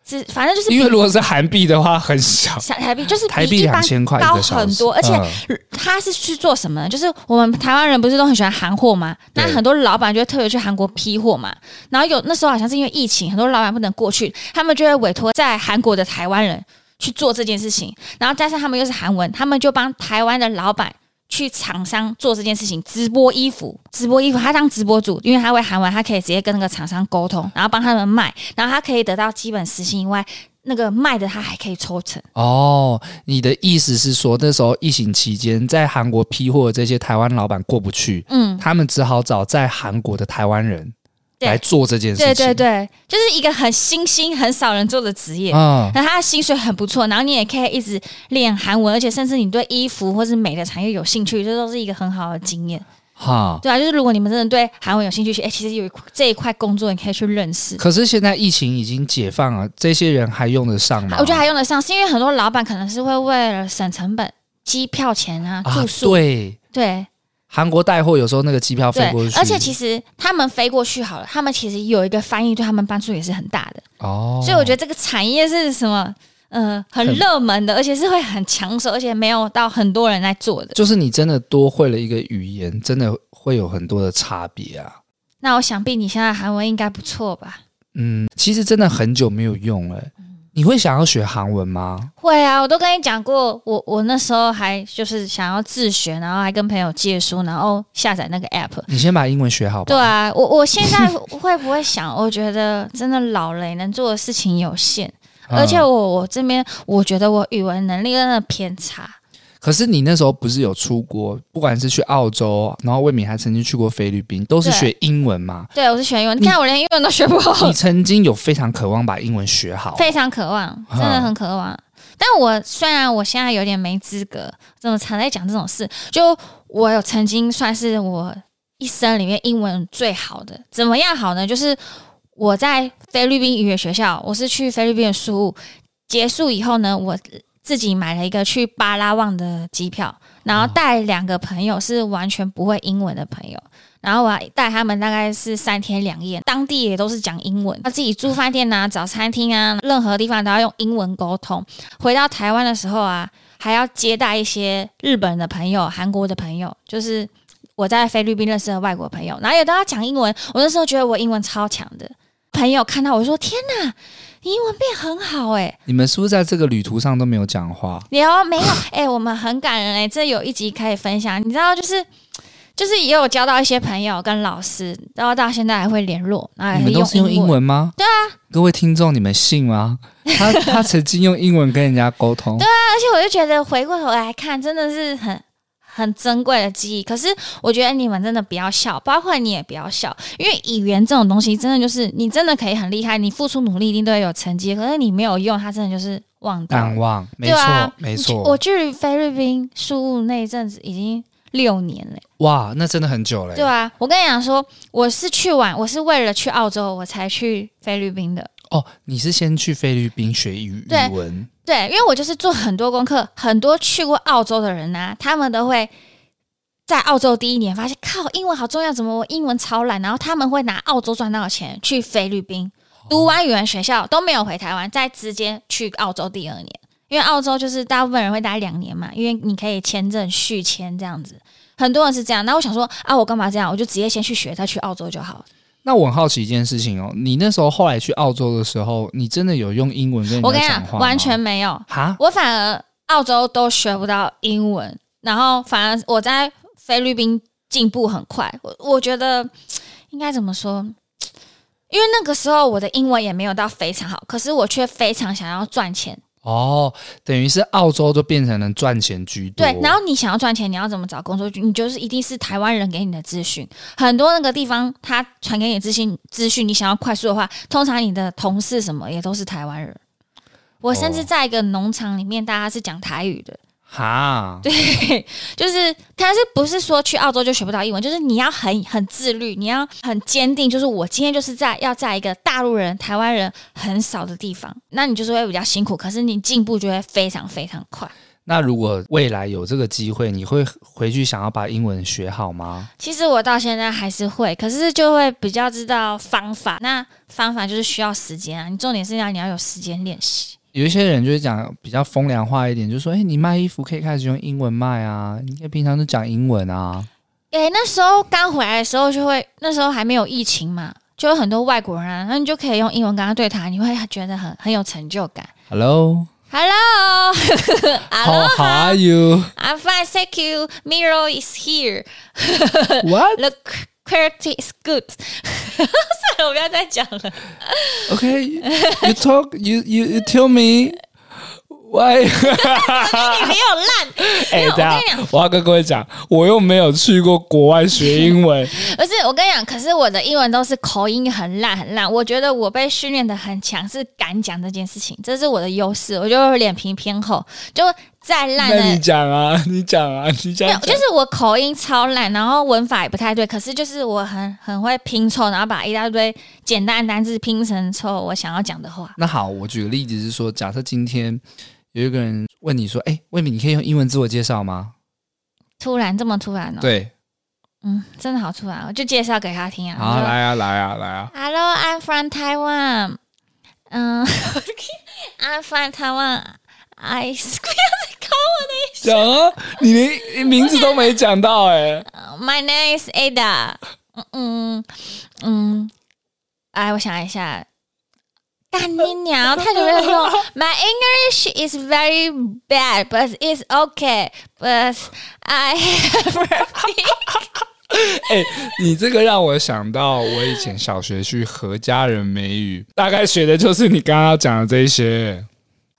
[SPEAKER 2] 是反正就是比
[SPEAKER 1] 因为如果是韩币的话很小，
[SPEAKER 2] 台台币就是比
[SPEAKER 1] 台币
[SPEAKER 2] 一般
[SPEAKER 1] 两千块一
[SPEAKER 2] 高
[SPEAKER 1] 个小时，
[SPEAKER 2] 很多而且
[SPEAKER 1] 嗯
[SPEAKER 2] 他是去做什么呢？就是我们台湾人不是都很喜欢韩货吗？
[SPEAKER 1] 对
[SPEAKER 2] 那很多老板就会特别去韩国批货嘛。然后有那时候好像是因为疫情，很多老板不能过去，他们就会委托在韩国的台湾人去做这件事情。然后加上他们又是韩文，他们就帮台湾的老板。去厂商做这件事情，直播衣服，直播衣服，他当直播主，因为他会韩文，他可以直接跟那个厂商沟通，然后帮他们卖，然后他可以得到基本时薪以外，那个卖的他还可以抽成。
[SPEAKER 1] 哦，你的意思是说，那时候疫情期间，在韩国批货的这些台湾老板过不去，
[SPEAKER 2] 嗯，
[SPEAKER 1] 他们只好找在韩国的台湾人
[SPEAKER 2] 对
[SPEAKER 1] 来做这件事情。
[SPEAKER 2] 对对对，就是一个很新兴、很少人做的职业。
[SPEAKER 1] 嗯，
[SPEAKER 2] 那他的薪水很不错，然后你也可以一直练韩文，而且甚至你对衣服或是美的产业有兴趣，这都是一个很好的经验，
[SPEAKER 1] 哦哈。
[SPEAKER 2] 对啊，就是如果你们真的对韩文有兴趣，哎、其实有一块这一块工作你可以去认识，
[SPEAKER 1] 可是现在疫情已经解放了，这些人还用得上吗？
[SPEAKER 2] 我觉得还用得上，是因为很多老板可能是会为了省成本，机票钱啊、
[SPEAKER 1] 啊
[SPEAKER 2] 住，宿，
[SPEAKER 1] 对，
[SPEAKER 2] 对，
[SPEAKER 1] 韩国带货有时候那个机票飞
[SPEAKER 2] 对
[SPEAKER 1] 过，去，
[SPEAKER 2] 而且其实他们飞过去好了，他们其实有一个翻译对他们帮助也是很大的。
[SPEAKER 1] 哦，
[SPEAKER 2] 所以我觉得这个产业是什么？呃，很
[SPEAKER 1] 很
[SPEAKER 2] 热门的，而且是会很抢手，而且没有到很多人来做的。
[SPEAKER 1] 就是你真的多会了一个语言，真的会有很多的差别啊。
[SPEAKER 2] 那我想必你现在韩文应该不错吧？
[SPEAKER 1] 嗯，其实真的很久没有用了。
[SPEAKER 2] 嗯
[SPEAKER 1] 你会想要学韩文吗？
[SPEAKER 2] 会啊，我都跟你讲过，我我那时候还就是想要自学，然后还跟朋友借书，然后下载那个 app。
[SPEAKER 1] 你先把英文学好吧。
[SPEAKER 2] 对啊，我我现
[SPEAKER 1] <laughs>
[SPEAKER 2] 在会不会想？我觉得真的老了，能做的事情有限，
[SPEAKER 1] 嗯
[SPEAKER 2] 而且我我这边我觉得我语文能力真的偏差。
[SPEAKER 1] 可是你那时候不是有出国，不管是去澳洲，然后魏敏还曾经去过菲律宾，都是
[SPEAKER 2] 对
[SPEAKER 1] 学英文
[SPEAKER 2] <laughs>
[SPEAKER 1] 嘛。
[SPEAKER 2] 对，我是学英文，你
[SPEAKER 1] 你
[SPEAKER 2] 看我连英文都学不好。
[SPEAKER 1] 你曾经有非常渴望把英文学好，
[SPEAKER 2] <laughs> 非常渴望，真的很渴望。但我虽然我现在有点没资格，怎么常在讲这种事？就我有曾经算是我一生里面英文最好的，怎么样好呢？就是我在菲律宾语言学校，我是去菲律宾的书屋结束以后呢，我自己买了一个去巴拉望的机票，然后带两个朋友是完全不会英文的朋友，然后我要带他们大概是三天两夜，当地也都是讲英文，他自己住饭店啊、找餐厅啊，任何地方都要用英文沟通。回到台湾的时候啊，还要接待一些日本的朋友、韩国的朋友，就是我在菲律宾认识的外国朋友，然后也都要讲英文。我那时候觉得我英文超强的，朋友看到我说：“天哪，你英文变很好欸诶、
[SPEAKER 1] 你们是不是在这个旅途上都没有讲话？
[SPEAKER 2] 有没有？哎、我们很感人哎、这有一集可以分享。你知道，就是就是也有交到一些朋友跟老师，然后到现在还会联络，然后
[SPEAKER 1] 你
[SPEAKER 2] 也
[SPEAKER 1] 们都是用英
[SPEAKER 2] 哎英。
[SPEAKER 1] 文吗？对啊，各位听众，你们信
[SPEAKER 2] <laughs>
[SPEAKER 1] 吗？他他曾经用英文跟人家沟通，
[SPEAKER 2] 而且我就觉得回过头来看，真的是很。很珍贵的记忆，可是我觉得你们真的不要笑，包括你也不要笑，因为语言这种东西真的就是你真的可以很厉害，你付出努力一定都会有成绩，可是你没有用，它真的就是忘掉了。
[SPEAKER 1] 淡忘，没
[SPEAKER 2] 对
[SPEAKER 1] 错，
[SPEAKER 2] 啊
[SPEAKER 1] 没
[SPEAKER 2] 我
[SPEAKER 1] 错，
[SPEAKER 2] 去菲律宾宿务那一阵子已经六年了。
[SPEAKER 1] 哇，那真的很久了、
[SPEAKER 2] 对啊，我跟你讲说，我是去玩，我是为了去澳洲，我才去菲律宾的。
[SPEAKER 1] 哦，你是先去菲律宾学语
[SPEAKER 2] 对
[SPEAKER 1] 语文，
[SPEAKER 2] 对，因为我就是做很多功课，很多去过澳洲的人啊，他们都会在澳洲第一年发现，靠，英文好重要，怎么我英文超烂？然后他们会拿澳洲赚到的钱去菲律宾读完语言学校都没有回台湾，再直接去澳洲第二年，因为澳洲就是大部分人会待两年嘛，因为你可以签证续签这样子。很多人是这样，那我想说啊，我干嘛这样？我就直接先去学，再去澳洲就好了。
[SPEAKER 1] 那我很好奇一件事情哦，你那时候后来去澳洲的时候，你真的有用英文跟
[SPEAKER 2] 我
[SPEAKER 1] 人家
[SPEAKER 2] 跟你
[SPEAKER 1] 讲
[SPEAKER 2] 讲，
[SPEAKER 1] 话吗
[SPEAKER 2] 完全没有。
[SPEAKER 1] 哈，
[SPEAKER 2] 我反而澳洲都学不到英文，然后反而我在菲律宾进步很快。我我觉得应该怎么说？因为那个时候我的英文也没有到非常好，可是我却非常想要赚钱。
[SPEAKER 1] 哦，等于是澳洲就变成了赚钱居多，
[SPEAKER 2] 对，然后你想要赚钱，你要怎么找工作？你就是一定是台湾人给你的资讯，很多那个地方他传给你的资讯，资讯你想要快速的话，通常你的同事什么也都是台湾人。我甚至
[SPEAKER 1] 哦
[SPEAKER 2] 在一个农场里面，大家是讲台语的。
[SPEAKER 1] 哈，对，
[SPEAKER 2] 就是，但是不是说去澳洲就学不到英文？就是你要很很自律，你要很坚定，就是我今天就是在要在一个大陆人、台湾人很少的地方，那你就是会比较辛苦，可是你进步就会非常非常快。
[SPEAKER 1] 那如果未来有这个机会，你会回去想要把英文学好吗？
[SPEAKER 2] 其实我到现在还是会，可是就会比较知道方法。那方法就是需要时间啊，你重点是要你要有时间练习。
[SPEAKER 1] 有一些人就会讲比较风凉话一点，就说：“哎、你卖衣服可以开始用英文卖啊，你可以平常就讲英文啊。
[SPEAKER 2] 诶、那时候刚回来的时候就会，那时候还没有疫情嘛，就有很多外国人啊，那你就可以用英文跟他对谈，你会觉得很很有成就感。
[SPEAKER 1] ”Hello,
[SPEAKER 2] Hello, <laughs>
[SPEAKER 1] how
[SPEAKER 2] hello,
[SPEAKER 1] are
[SPEAKER 2] <laughs>
[SPEAKER 1] you?
[SPEAKER 2] I'm fine, thank you. Miro is here.
[SPEAKER 1] What?
[SPEAKER 2] The quality is good. <laughs> 算了，我不要再讲了。
[SPEAKER 1] Okay, you talk, you you you tell me why. <laughs>
[SPEAKER 2] 你没有烂，
[SPEAKER 1] 哎、
[SPEAKER 2] 没有
[SPEAKER 1] 等一下
[SPEAKER 2] 我跟你讲，
[SPEAKER 1] 我要跟各位讲，我又没有去过国外学英
[SPEAKER 2] <laughs>
[SPEAKER 1] 文，
[SPEAKER 2] 不是我跟你讲，可是我的英文都是口音很烂很烂。我觉得我被训练的很强，是敢讲这件事情，这是我的优势。我就脸皮偏厚，就再烂
[SPEAKER 1] 那你
[SPEAKER 2] 的。
[SPEAKER 1] 讲啊， <laughs> 你讲啊，你讲
[SPEAKER 2] 没有，
[SPEAKER 1] 讲。
[SPEAKER 2] 就是我口音超烂，然后文法也不太对，可是就是我很很会拼凑，然后把一大堆简单的单字拼成凑我想要讲的话。
[SPEAKER 1] 那好，我举个例子是说，假设今天有一个人问你说：“哎、魏敏，你可以用英文自我介绍吗
[SPEAKER 2] 突然这么突然？”哦、
[SPEAKER 1] 对，
[SPEAKER 2] 嗯，真的好突然哦，我就介绍给他听啊。
[SPEAKER 1] 好，来啊，来啊，来啊。
[SPEAKER 2] h e l l o I'm from Taiwan。嗯 <laughs> ，I'm from Taiwan。I 不要
[SPEAKER 1] 讲啊，你连名字都没讲到哎、
[SPEAKER 2] 再考我。My name is Ada Mm. 嗯。嗯嗯，哎，我想一下。干你娘！太久没有用。My English is very bad, but it's okay. But I have. <laughs>
[SPEAKER 1] 哎、 <laughs> 你这个让我想到我以前小学去何家人美语，大概学的就是你刚刚讲的这些。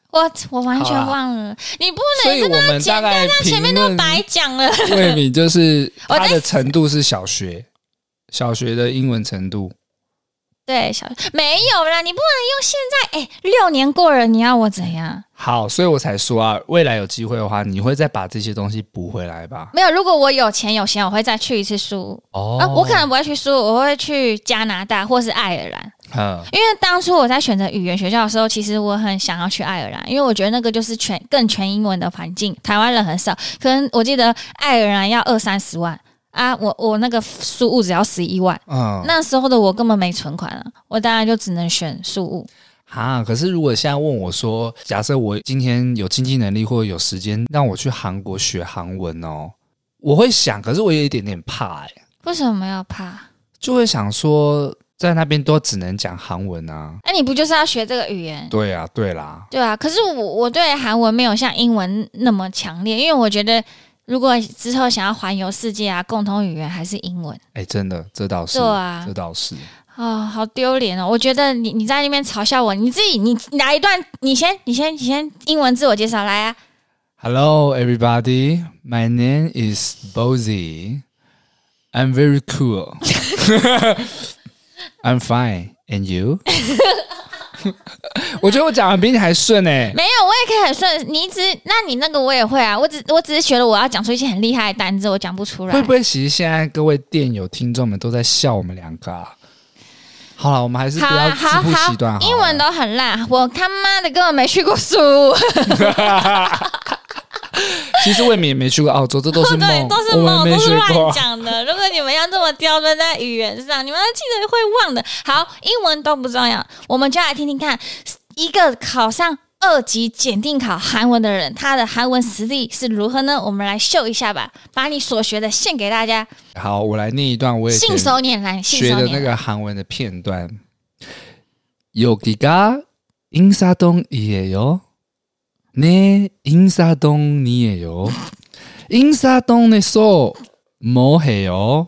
[SPEAKER 2] 我我完全
[SPEAKER 1] 好啦
[SPEAKER 2] 忘了。你不
[SPEAKER 1] 所
[SPEAKER 2] 能
[SPEAKER 1] 以
[SPEAKER 2] 真
[SPEAKER 1] 我
[SPEAKER 2] 的要
[SPEAKER 1] 们大
[SPEAKER 2] 简单
[SPEAKER 1] 概
[SPEAKER 2] 到前面
[SPEAKER 1] 评
[SPEAKER 2] 都
[SPEAKER 1] 论
[SPEAKER 2] 白讲了。
[SPEAKER 1] 魏敏就是
[SPEAKER 2] <laughs> 我在
[SPEAKER 1] 他的程度是小学，小学的英文程度。
[SPEAKER 2] 对，小没有啦，你不能用现在哎，六年过了，你要我怎样？
[SPEAKER 1] 好，所以我才说啊，未来有机会的话，你会再把这些东西补回来吧？
[SPEAKER 2] 没有，如果我有钱有闲，我会再去一次苏、
[SPEAKER 1] 哦
[SPEAKER 2] 啊，我可能不会去苏，我会去加拿大或是爱尔兰。
[SPEAKER 1] 嗯，
[SPEAKER 2] 因为当初我在选择语言学校的时候，其实我很想要去爱尔兰，因为我觉得那个就是全更全英文的环境，台湾人很少。可能我记得爱尔兰要二三十万啊，我我那个苏务只要十一万。
[SPEAKER 1] 嗯，
[SPEAKER 2] 那时候的我根本没存款啊，我当然就只能选苏务。
[SPEAKER 1] 啊，可是如果现在问我说，假设我今天有经济能力或者有时间让我去韩国学韩文哦，我会想，可是我有一点点怕、欸，
[SPEAKER 2] 为什么要怕？啊
[SPEAKER 1] 就会想说，在那边都只能讲韩文啊。
[SPEAKER 2] 哎、你不就是要学这个语言？
[SPEAKER 1] 对啊，对啦，
[SPEAKER 2] 对啊，可是我我对韩文没有像英文那么强烈，因为我觉得如果之后想要环游世界啊，共同语言还是英文。
[SPEAKER 1] 哎、真的，这倒是，
[SPEAKER 2] 对啊
[SPEAKER 1] 这倒是，
[SPEAKER 2] 啊、好丢脸哦！我觉得你你在那边嘲笑我，你自己你你来一段，你先你先你先英文自我介绍来啊！
[SPEAKER 1] Hello, everybody. My name is Bozy. I'm very
[SPEAKER 2] <laughs>
[SPEAKER 1] cool. I'm fine. And you? <laughs> 我觉得我讲的比你还顺哎、
[SPEAKER 2] 没有，我也可以很顺，你只那你那个我也会啊，我只我只是觉得我要讲出一些很厉害的单字，我讲不出来。
[SPEAKER 1] 会不会其实现在各位电友听众们都在笑我们两个啊？好了，我们还是不
[SPEAKER 2] 好
[SPEAKER 1] 要
[SPEAKER 2] 啊，
[SPEAKER 1] 自
[SPEAKER 2] 好
[SPEAKER 1] 不
[SPEAKER 2] 好
[SPEAKER 1] 其短好，了
[SPEAKER 2] 英文都很烂，我他妈的根本没去过苏屋。
[SPEAKER 1] 其实魏敏也没去过澳洲，这都是
[SPEAKER 2] <laughs> 对，
[SPEAKER 1] 梦，
[SPEAKER 2] 都是
[SPEAKER 1] 我们
[SPEAKER 2] 梦，
[SPEAKER 1] 没
[SPEAKER 2] 都是
[SPEAKER 1] 学过
[SPEAKER 2] 乱。讲的。 <laughs> 如果你们要这么刁钻在语言上，你们记得会忘的。好，英文都不重要，我们就来听听看，一个考上二级检定考韩文的人，他的韩文实力是如何呢？我们来秀一下吧，把你所学的献给大
[SPEAKER 1] <laughs>
[SPEAKER 2] 家，
[SPEAKER 1] 好，我来念一段我以前
[SPEAKER 2] 信手拈来，信
[SPEAKER 1] 学
[SPEAKER 2] 手
[SPEAKER 1] 的
[SPEAKER 2] 拈
[SPEAKER 1] 那 <laughs>
[SPEAKER 2] 来。
[SPEAKER 1] 个韩文的片段。여기가 인사동이에요. 네, 인사동이에요. 인사동에서 뭐 해요?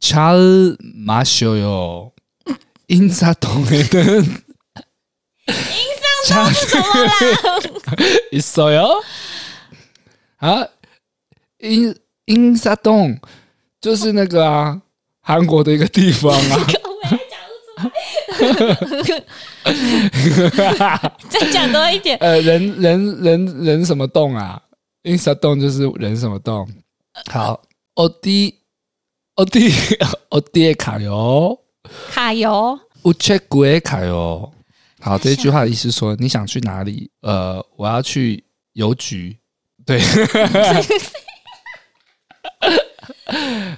[SPEAKER 1] 잘 마셔요. 인사동에는 인사동 <laughs> 있어요? 아, 인 인사동 就是那个啊，韩国的一个地方啊。 <laughs>
[SPEAKER 2] <laughs>
[SPEAKER 1] <laughs>
[SPEAKER 2] 再讲多一点，
[SPEAKER 1] 呃，人人人人什么洞啊？insta 洞就是人什么洞。好，어디어 <laughs> 디어디에가요？
[SPEAKER 2] 卡油。
[SPEAKER 1] 우체국에가요。好，这一句话的意思是说你想去哪里？呃，我要去邮局。对， <laughs>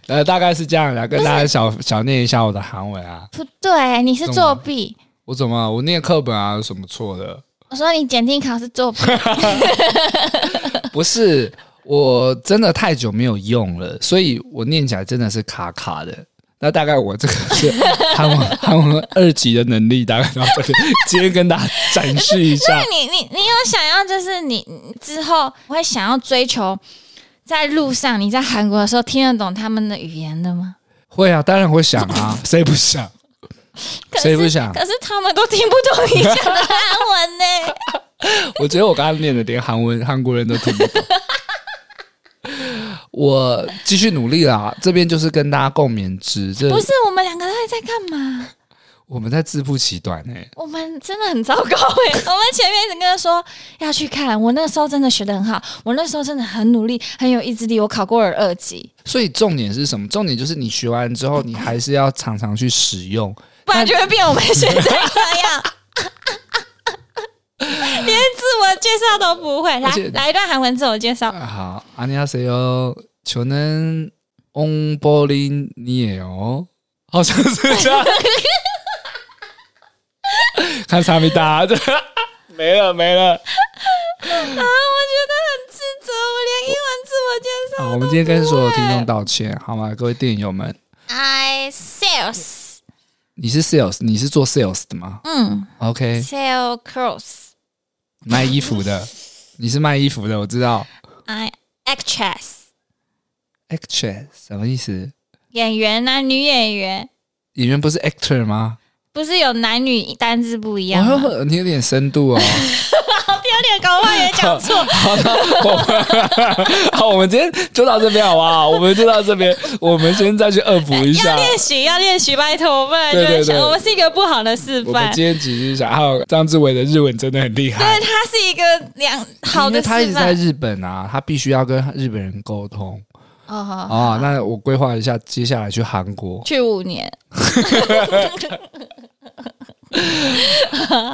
[SPEAKER 1] 呃，大概是这样的，跟大家小小念一下我的韩文啊。
[SPEAKER 2] 不对，你是
[SPEAKER 1] 怎么
[SPEAKER 2] 作弊。
[SPEAKER 1] 我怎么我念课本啊？有什么错的？
[SPEAKER 2] 我说你检定考是作弊，
[SPEAKER 1] 不是，我真的太久没有用了，所以我念起来真的是卡卡的。那大概我这个是韩文韩文二级的能力，大概到这里，今天跟大家展示一下
[SPEAKER 2] 那。哎你你你有想要，就是你你之后会想要追求，在路上你在韩国的时候听得懂他们的语言的吗？
[SPEAKER 1] <laughs> 会啊，当然会想啊， <laughs> 谁不想？
[SPEAKER 2] 可
[SPEAKER 1] 谁
[SPEAKER 2] 是
[SPEAKER 1] 不想？
[SPEAKER 2] 可是他们都听不懂你讲的韩文呢、
[SPEAKER 1] <laughs> 我觉得我刚刚念的连韩文韩国人都听不懂。我继续努力啦，这边就是跟大家共勉之。这
[SPEAKER 2] 不是我们两个到底在干嘛？
[SPEAKER 1] 我们在自不其短哎、
[SPEAKER 2] 我们真的很糟糕哎、我们前面一直跟他说要去看，我那时候真的学的很好，我那时候真的很努力，很有意志力，我考过了二级，
[SPEAKER 1] 所以重点是什么？重点就是你学完之后，你还是要常常去使用。
[SPEAKER 2] 不然就会变我们现在
[SPEAKER 1] <laughs>
[SPEAKER 2] 这样。连自我介绍都不会，来
[SPEAKER 1] 而且
[SPEAKER 2] 来一段韩文自我介
[SPEAKER 1] <laughs>
[SPEAKER 2] 绍。啊
[SPEAKER 1] 아,啊 안녕하세요. 저는 옹버린이에요. 아, <laughs> 진짜. 감사합니다.没了没了。
[SPEAKER 2] 啊，我觉得很自责，我连英文自我介绍。
[SPEAKER 1] 好，我们今天跟所有听众道歉，好吗？各位电友们，
[SPEAKER 2] I sales，
[SPEAKER 1] 你是 sales，你是做 sales 的吗
[SPEAKER 2] 嗯
[SPEAKER 1] ？OK，
[SPEAKER 2] ，sale cross。
[SPEAKER 1] 卖衣服的，你是卖衣服的，我知道。
[SPEAKER 2] I actress，
[SPEAKER 1] Actress 什么意思？
[SPEAKER 2] 演员啊，女演员，
[SPEAKER 1] 演员不是 actor 吗？
[SPEAKER 2] 不是有男女单字不一样吗？
[SPEAKER 1] 哦，你有点深度哦。
[SPEAKER 2] 好丢脸，搞忘也讲
[SPEAKER 1] <laughs>
[SPEAKER 2] 错。
[SPEAKER 1] 好，那我们 <laughs> 好，我们今天就到这边好不好？我们就到这边，我们先再去恶补一
[SPEAKER 2] 要
[SPEAKER 1] 下。
[SPEAKER 2] 练习，要练习，拜托，不然就
[SPEAKER 1] 对对
[SPEAKER 2] 会想
[SPEAKER 1] 对
[SPEAKER 2] 我们是一个不好的示
[SPEAKER 1] 我们
[SPEAKER 2] 范。
[SPEAKER 1] 今天只是想，还有张志伟的日文真的很厉害
[SPEAKER 2] 对，，他是一个良好
[SPEAKER 1] 因为
[SPEAKER 2] 的示
[SPEAKER 1] 他一直在
[SPEAKER 2] 范。
[SPEAKER 1] 日本啊，他必须要跟日本人沟通啊
[SPEAKER 2] 哦，好
[SPEAKER 1] 啊。那我规划一下接下来去韩国，
[SPEAKER 2] 去五年，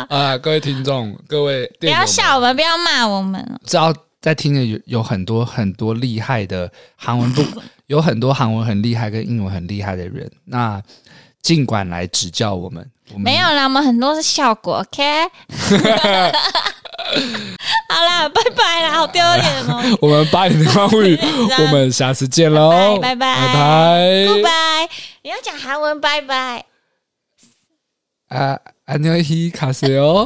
[SPEAKER 1] 啊，各位听众，各位
[SPEAKER 2] 不
[SPEAKER 1] 电友
[SPEAKER 2] 要
[SPEAKER 1] 们
[SPEAKER 2] 笑我们，不要骂我们哦。
[SPEAKER 1] 知道在听的有有很多很多厉害的韩 <laughs> 文不，有很多韩文很厉害跟英文很厉害的人，那尽管来指教我们。我们
[SPEAKER 2] 没有啦，我们很多是效果，OK 。好啦，拜拜啦，好丢脸哦。
[SPEAKER 1] <laughs> 我们八点的话
[SPEAKER 2] <laughs>
[SPEAKER 1] 语，我们下次见喽，
[SPEAKER 2] 拜拜
[SPEAKER 1] 拜拜，
[SPEAKER 2] 拜拜，你要讲韩文，拜拜。
[SPEAKER 1] 啊，안녕히가세요。